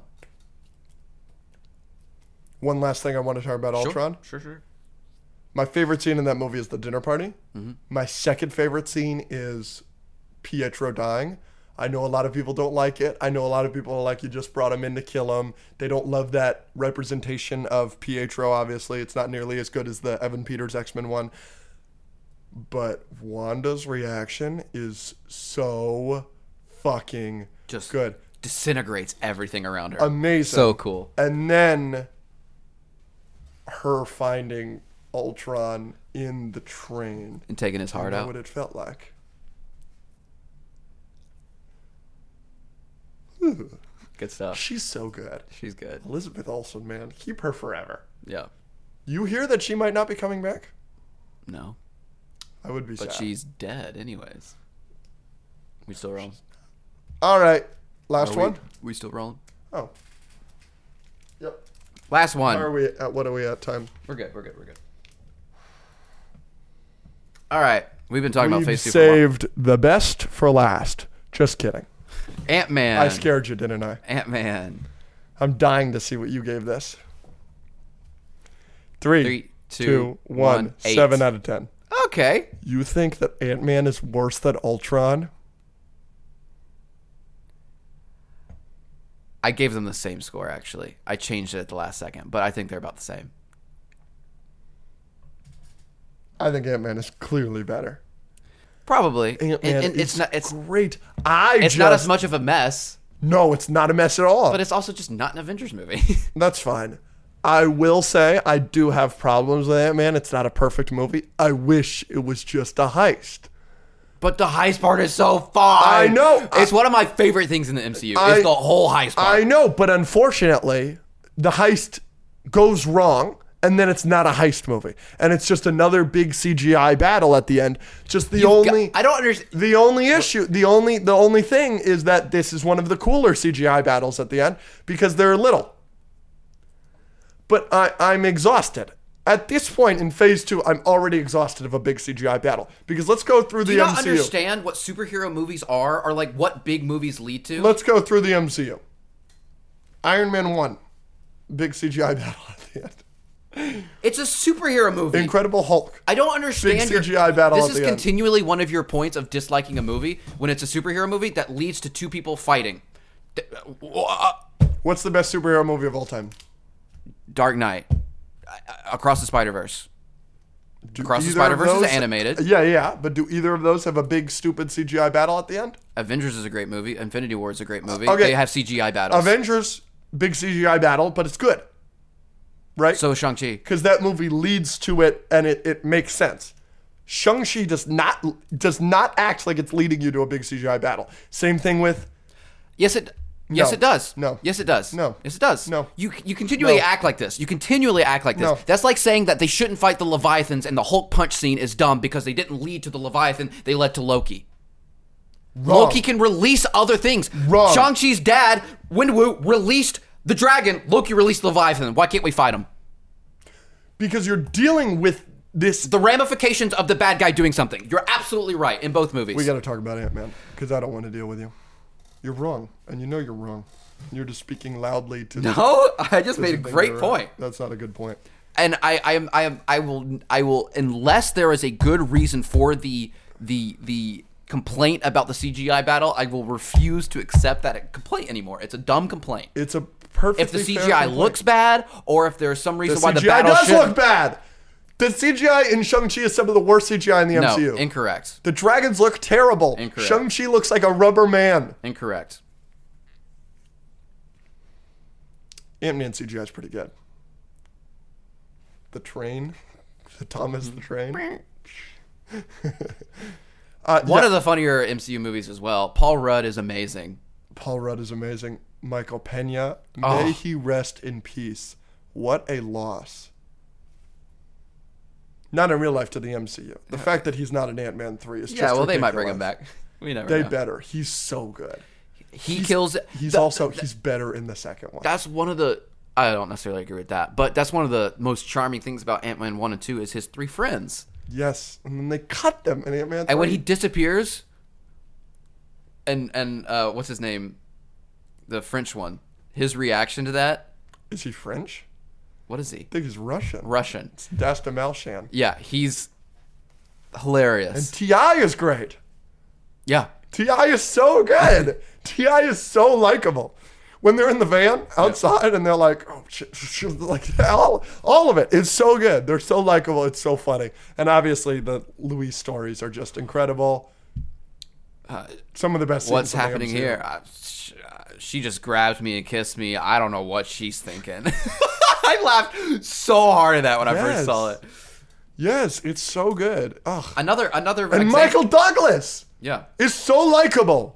A: One last thing I want to talk about Ultron.
B: Sure, sure.
A: My favorite scene in that movie is the dinner party.
B: Mm-hmm.
A: My second favorite scene is Pietro dying. I know a lot of people don't like it. I know a lot of people are like, you just brought him in to kill him. They don't love that representation of Pietro, obviously. It's not nearly as good as the Evan Peters X Men one. But Wanda's reaction is so fucking
B: Just
A: good.
B: Disintegrates everything around her.
A: Amazing.
B: So cool.
A: And then her finding Ultron in the train.
B: And taking his heart
A: know
B: out.
A: what it felt like. Ooh,
B: Good stuff.
A: she's so good.
B: She's good.
A: Elizabeth Olsen, man, keep her forever.
B: Yeah.
A: You hear that she might not be coming back?
B: No,
A: I would be sad.
B: but she's dead anyways. We still rolling.
A: All right, last
B: Are we-
A: one.
B: We still rolling.
A: Oh, yep.
B: Last one.
A: Where are we at? What are we at? Time.
B: We're good. We're good. We're good. All right. We've been talking about
A: We've
B: Phase Two for a while.
A: saved the best for last. Just kidding.
B: Ant Man.
A: I scared you, didn't I?
B: Ant Man.
A: I'm dying to see what you gave this. Three,
B: Three,
A: two,
B: two,
A: one,
B: one, eight.
A: seven out of ten.
B: okay.
A: You think that Ant Man is worse than Ultron?
B: I gave them the same score actually. I changed it at the last second, but I think they're about the same.
A: I think Ant Man is clearly better.
B: Probably. And,
A: Ant Man
B: and it's not it's
A: great. I
B: it's
A: just,
B: not as much of a mess,
A: No, it's not a mess at all.
B: but it's also just not an Avengers movie. [laughs]
A: That's fine. I will say I do have problems with Ant Man. It's not a perfect movie. I wish it was just a heist.
B: but the heist part is so fun.
A: I know.
B: It's one of my favorite things in the MCU.
A: I-
B: it's the whole heist part.
A: I know, but unfortunately, the heist goes wrong, and then it's not a heist movie, and it's just another big CGI battle at the end. Just the
B: G-
A: only.
B: I don't understand.
A: the only issue, the only the only thing is that this is one of the cooler CGI battles at the end because they're little. But I, I'm exhausted. At this point in phase two, I'm already exhausted of a big CGI battle. Because let's go through the
B: Do you not
A: MCU.
B: understand what superhero movies are or like what big movies lead to?
A: Let's go through the MCU. Iron Man 1. Big CGI battle at the end.
B: it's a superhero movie.
A: Incredible Hulk.
B: I don't understand
A: Big
B: your-
A: CGI battle
B: This
A: at
B: is
A: the end.
B: continually one of your points of disliking a movie when it's a superhero movie that leads to two people fighting. D- uh,
A: What's the best superhero movie of all time?
B: Dark Knight, Uh, across the Spider Verse.
A: Do
B: Across the
A: either of
B: Spider-Verse is
A: those- uh,
B: animated.
A: Yeah, yeah. But do either of those have a big, stupid CGI battle at the end?
B: Avengers is a great movie. Infinity War is a great movie.
A: okay.
B: They have CGI battles.
A: Avengers, big CGI battle, but it's good. Right?
B: so is Shang Chi.
A: Because that movie leads to it and it, it makes sense. Shang-Chi does not does not act like it's leading you to a big CGI battle. Same thing with
B: Yes, it. Yes,
A: No.
B: it does.
A: No.
B: Yes, it does.
A: No.
B: Yes, it does.
A: No.
B: You you continually
A: No.
B: act like this. You continually act like this.
A: No.
B: That's like saying that they shouldn't fight the Leviathans and the Hulk punch scene is dumb because they didn't lead to the Leviathan. They led to Loki.
A: Wrong.
B: Loki can release other things.
A: Wrong.
B: Shang-Chi's dad, Wenwu, released the dragon. Loki released the Leviathan. Why can't we fight him?
A: because you're dealing with this
B: The ramifications of the bad guy doing something. You're absolutely right in both movies.
A: We got to talk about Ant Man because I don't want to deal with you. You're wrong, and you know you're wrong. You're just speaking loudly to. the-
B: no, I just made a
A: Think
B: great
A: you're
B: point.
A: right. That's not a good point.
B: and I, I am I am I will I will unless there is a good reason for the the the complaint about the CGI battle, I will refuse to accept that complaint anymore. It's a dumb complaint.
A: It's a perfect.
B: If the CGI looks bad, or if there's some reason
A: the
B: why
A: CGI
B: the battle
A: does
B: should-
A: look bad. The CGI in Shang Chi is some of the worst CGI in the
B: no
A: MCU.
B: incorrect,
A: the dragons look terrible.
B: Incorrect.
A: Shang Chi looks like a rubber man.
B: incorrect.
A: Ant Man CGI is pretty good. The train, [laughs] the Thomas the [laughs] train. uh,
B: One of the funnier MCU movies as well. Paul Rudd is amazing.
A: Paul Rudd is amazing. Michael Pena,
B: Oh.
A: may he rest in peace. What a loss. Not in real life to the MCU. The fact that he's not an Ant Man 3 is just.
B: yeah, well, they might bring him
A: ridiculous.
B: back. [laughs] We never
A: They
B: know.
A: better. He's so good.
B: He kills.
A: He's
B: the-
A: also he's better in the second one.
B: that's one of the I don't necessarily agree with that, but that's one of the most charming things about Ant Man one and two is his three friends.
A: yes, and then they cut them in Ant Man.
B: And when he disappears, and and uh, what's his name, the French one, his reaction to that,
A: is he French?
B: what is he?
A: I think he's Russian.
B: Russian.
A: Dasta Malshan.
B: Yeah, he's hilarious.
A: Ti is great.
B: yeah,
A: Ti is so
B: [laughs]
A: good. Ti is so likable. When they're in the van outside and they're like, oh, shit, shit," like all, all of it is so good. They're so likable. It's so funny. And obviously, the Louis stories are just incredible. Some of the best.
B: Uh, what's
A: scenes in the
B: happening
A: MCU.
B: here? I, sh- uh, she just grabs me and kissed me. I don't know what she's thinking. [laughs] I laughed so hard at that when I
A: Yes.
B: first saw it.
A: Yes, it's so good. Ugh.
B: Another another
A: And
B: example-
A: Michael Douglas
B: Yeah.
A: is so likable.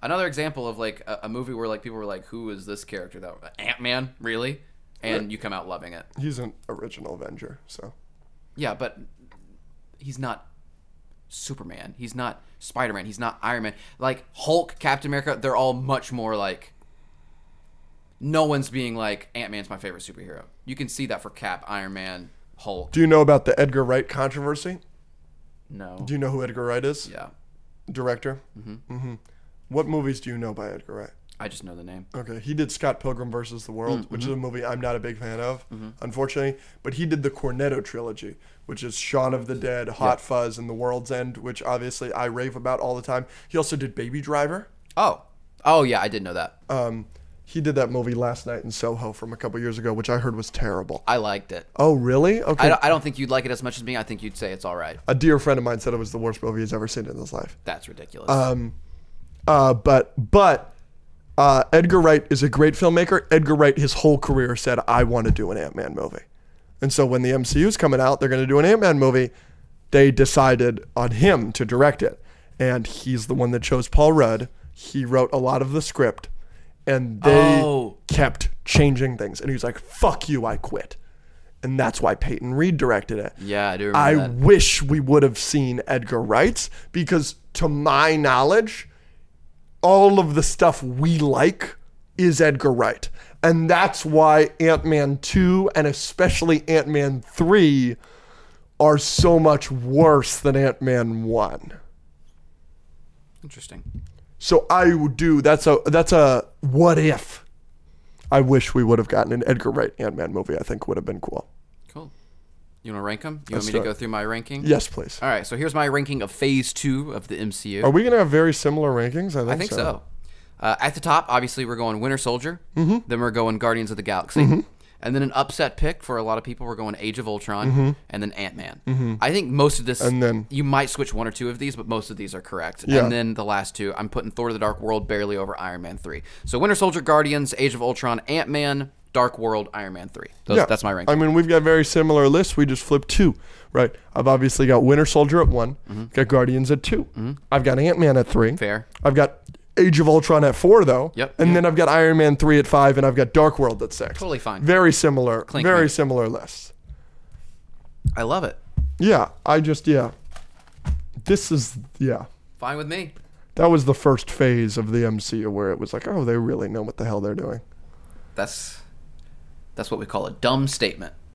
B: another example of like a, a movie where like people were like, "Who is this character?" That Ant Man, really? And you come out loving it.
A: He's an original Avenger, so
B: Yeah, but he's not Superman. He's not Spider Man. He's not Iron Man. Like Hulk, Captain America, they're all much more like. No one's being like Ant Man's my favorite superhero. You can see that for Cap, Iron Man, Hulk.
A: do you know about the Edgar Wright controversy?
B: No.
A: Do you know who Edgar Wright is?
B: Yeah.
A: Mm-hmm. Director. Mm-hmm. What movies do you know by Edgar Wright?
B: I just know the name.
A: Okay, he did Scott Pilgrim versus the World,
B: Mm-hmm.
A: which is a movie I'm not a big fan of, unfortunately. But he did the Cornetto trilogy, which is Shaun of the Dead, Hot Fuzz, and The World's End, which obviously I rave about all the time. He also did Baby Driver.
B: Oh, oh yeah, I did know that.
A: Um, he did that movie last night in Soho from a couple years ago, which I heard was terrible.
B: I liked it.
A: Oh, really? Okay.
B: I don't, I don't think you'd like it as much as me. I think you'd say it's all right.
A: a dear friend of mine said it was the worst movie he's ever seen in his life.
B: That's ridiculous.
A: Uh, but but uh, Edgar Wright is a great filmmaker. Edgar Wright, his whole career, said, "I want to do an Ant Man movie," and so when the MCU's coming out, they're going to do an Ant Man movie. They decided on him to direct it, and he's the one that chose Paul Rudd. He wrote a lot of the script, and they
B: Oh.
A: kept changing things. And he was like, "Fuck you, I quit," and that's why Peyton Reed directed it.
B: yeah, I do remember
A: I
B: that.
A: wish we would have seen Edgar Wright's because, to my knowledge, all of the stuff we like is Edgar Wright. And that's why Ant Man 2 and especially Ant Man 3 are so much worse than Ant Man 1.
B: Interesting.
A: So I would do that's a that's a what if. I wish we would have gotten an Edgar Wright Ant Man movie. I think would have been cool.
B: Cool. You want to rank them? You
A: Let's
B: want me
A: do
B: to
A: it.
B: go through my ranking?
A: Yes, please.
B: All right. So here's my ranking of Phase Two of the MCU.
A: Are we gonna have very similar rankings? I think,
B: I think so. Uh, at the top, obviously, we're going Winter Soldier. Mm-hmm. Then we're going Guardians of the Galaxy.
A: Mm-hmm.
B: And then an upset pick for a lot of people, we're going Age of Ultron and then Ant Man. I think most of this,
A: Mm-hmm. And then-
B: you might switch one or two of these, but most of these are correct.
A: Yeah.
B: And then the last two, I'm putting Thor: The Dark World barely over Iron Man three. So Winter Soldier, Guardians, Age of Ultron, Ant Man, Dark World, Iron Man three. Those,
A: Yeah.
B: That's my ranking.
A: I mean, we've got very similar lists. We just flipped two, right? I've obviously got Winter Soldier at one, got Guardians at 2 i I've got Ant Man at three.
B: Mm-hmm. Fair.
A: I've got Age of Ultron at four, though.
B: Yep.
A: And then I've got Iron Man three at five, and I've got Dark World at six.
B: Totally fine.
A: Very similar.
B: Clink,
A: very
B: mate.
A: similar lists.
B: I love it.
A: Yeah, I just yeah. This is yeah.
B: Fine with me.
A: That was the first phase of the MCU where it was like, oh, they really know what the hell they're doing.
B: That's that's what we call a dumb statement.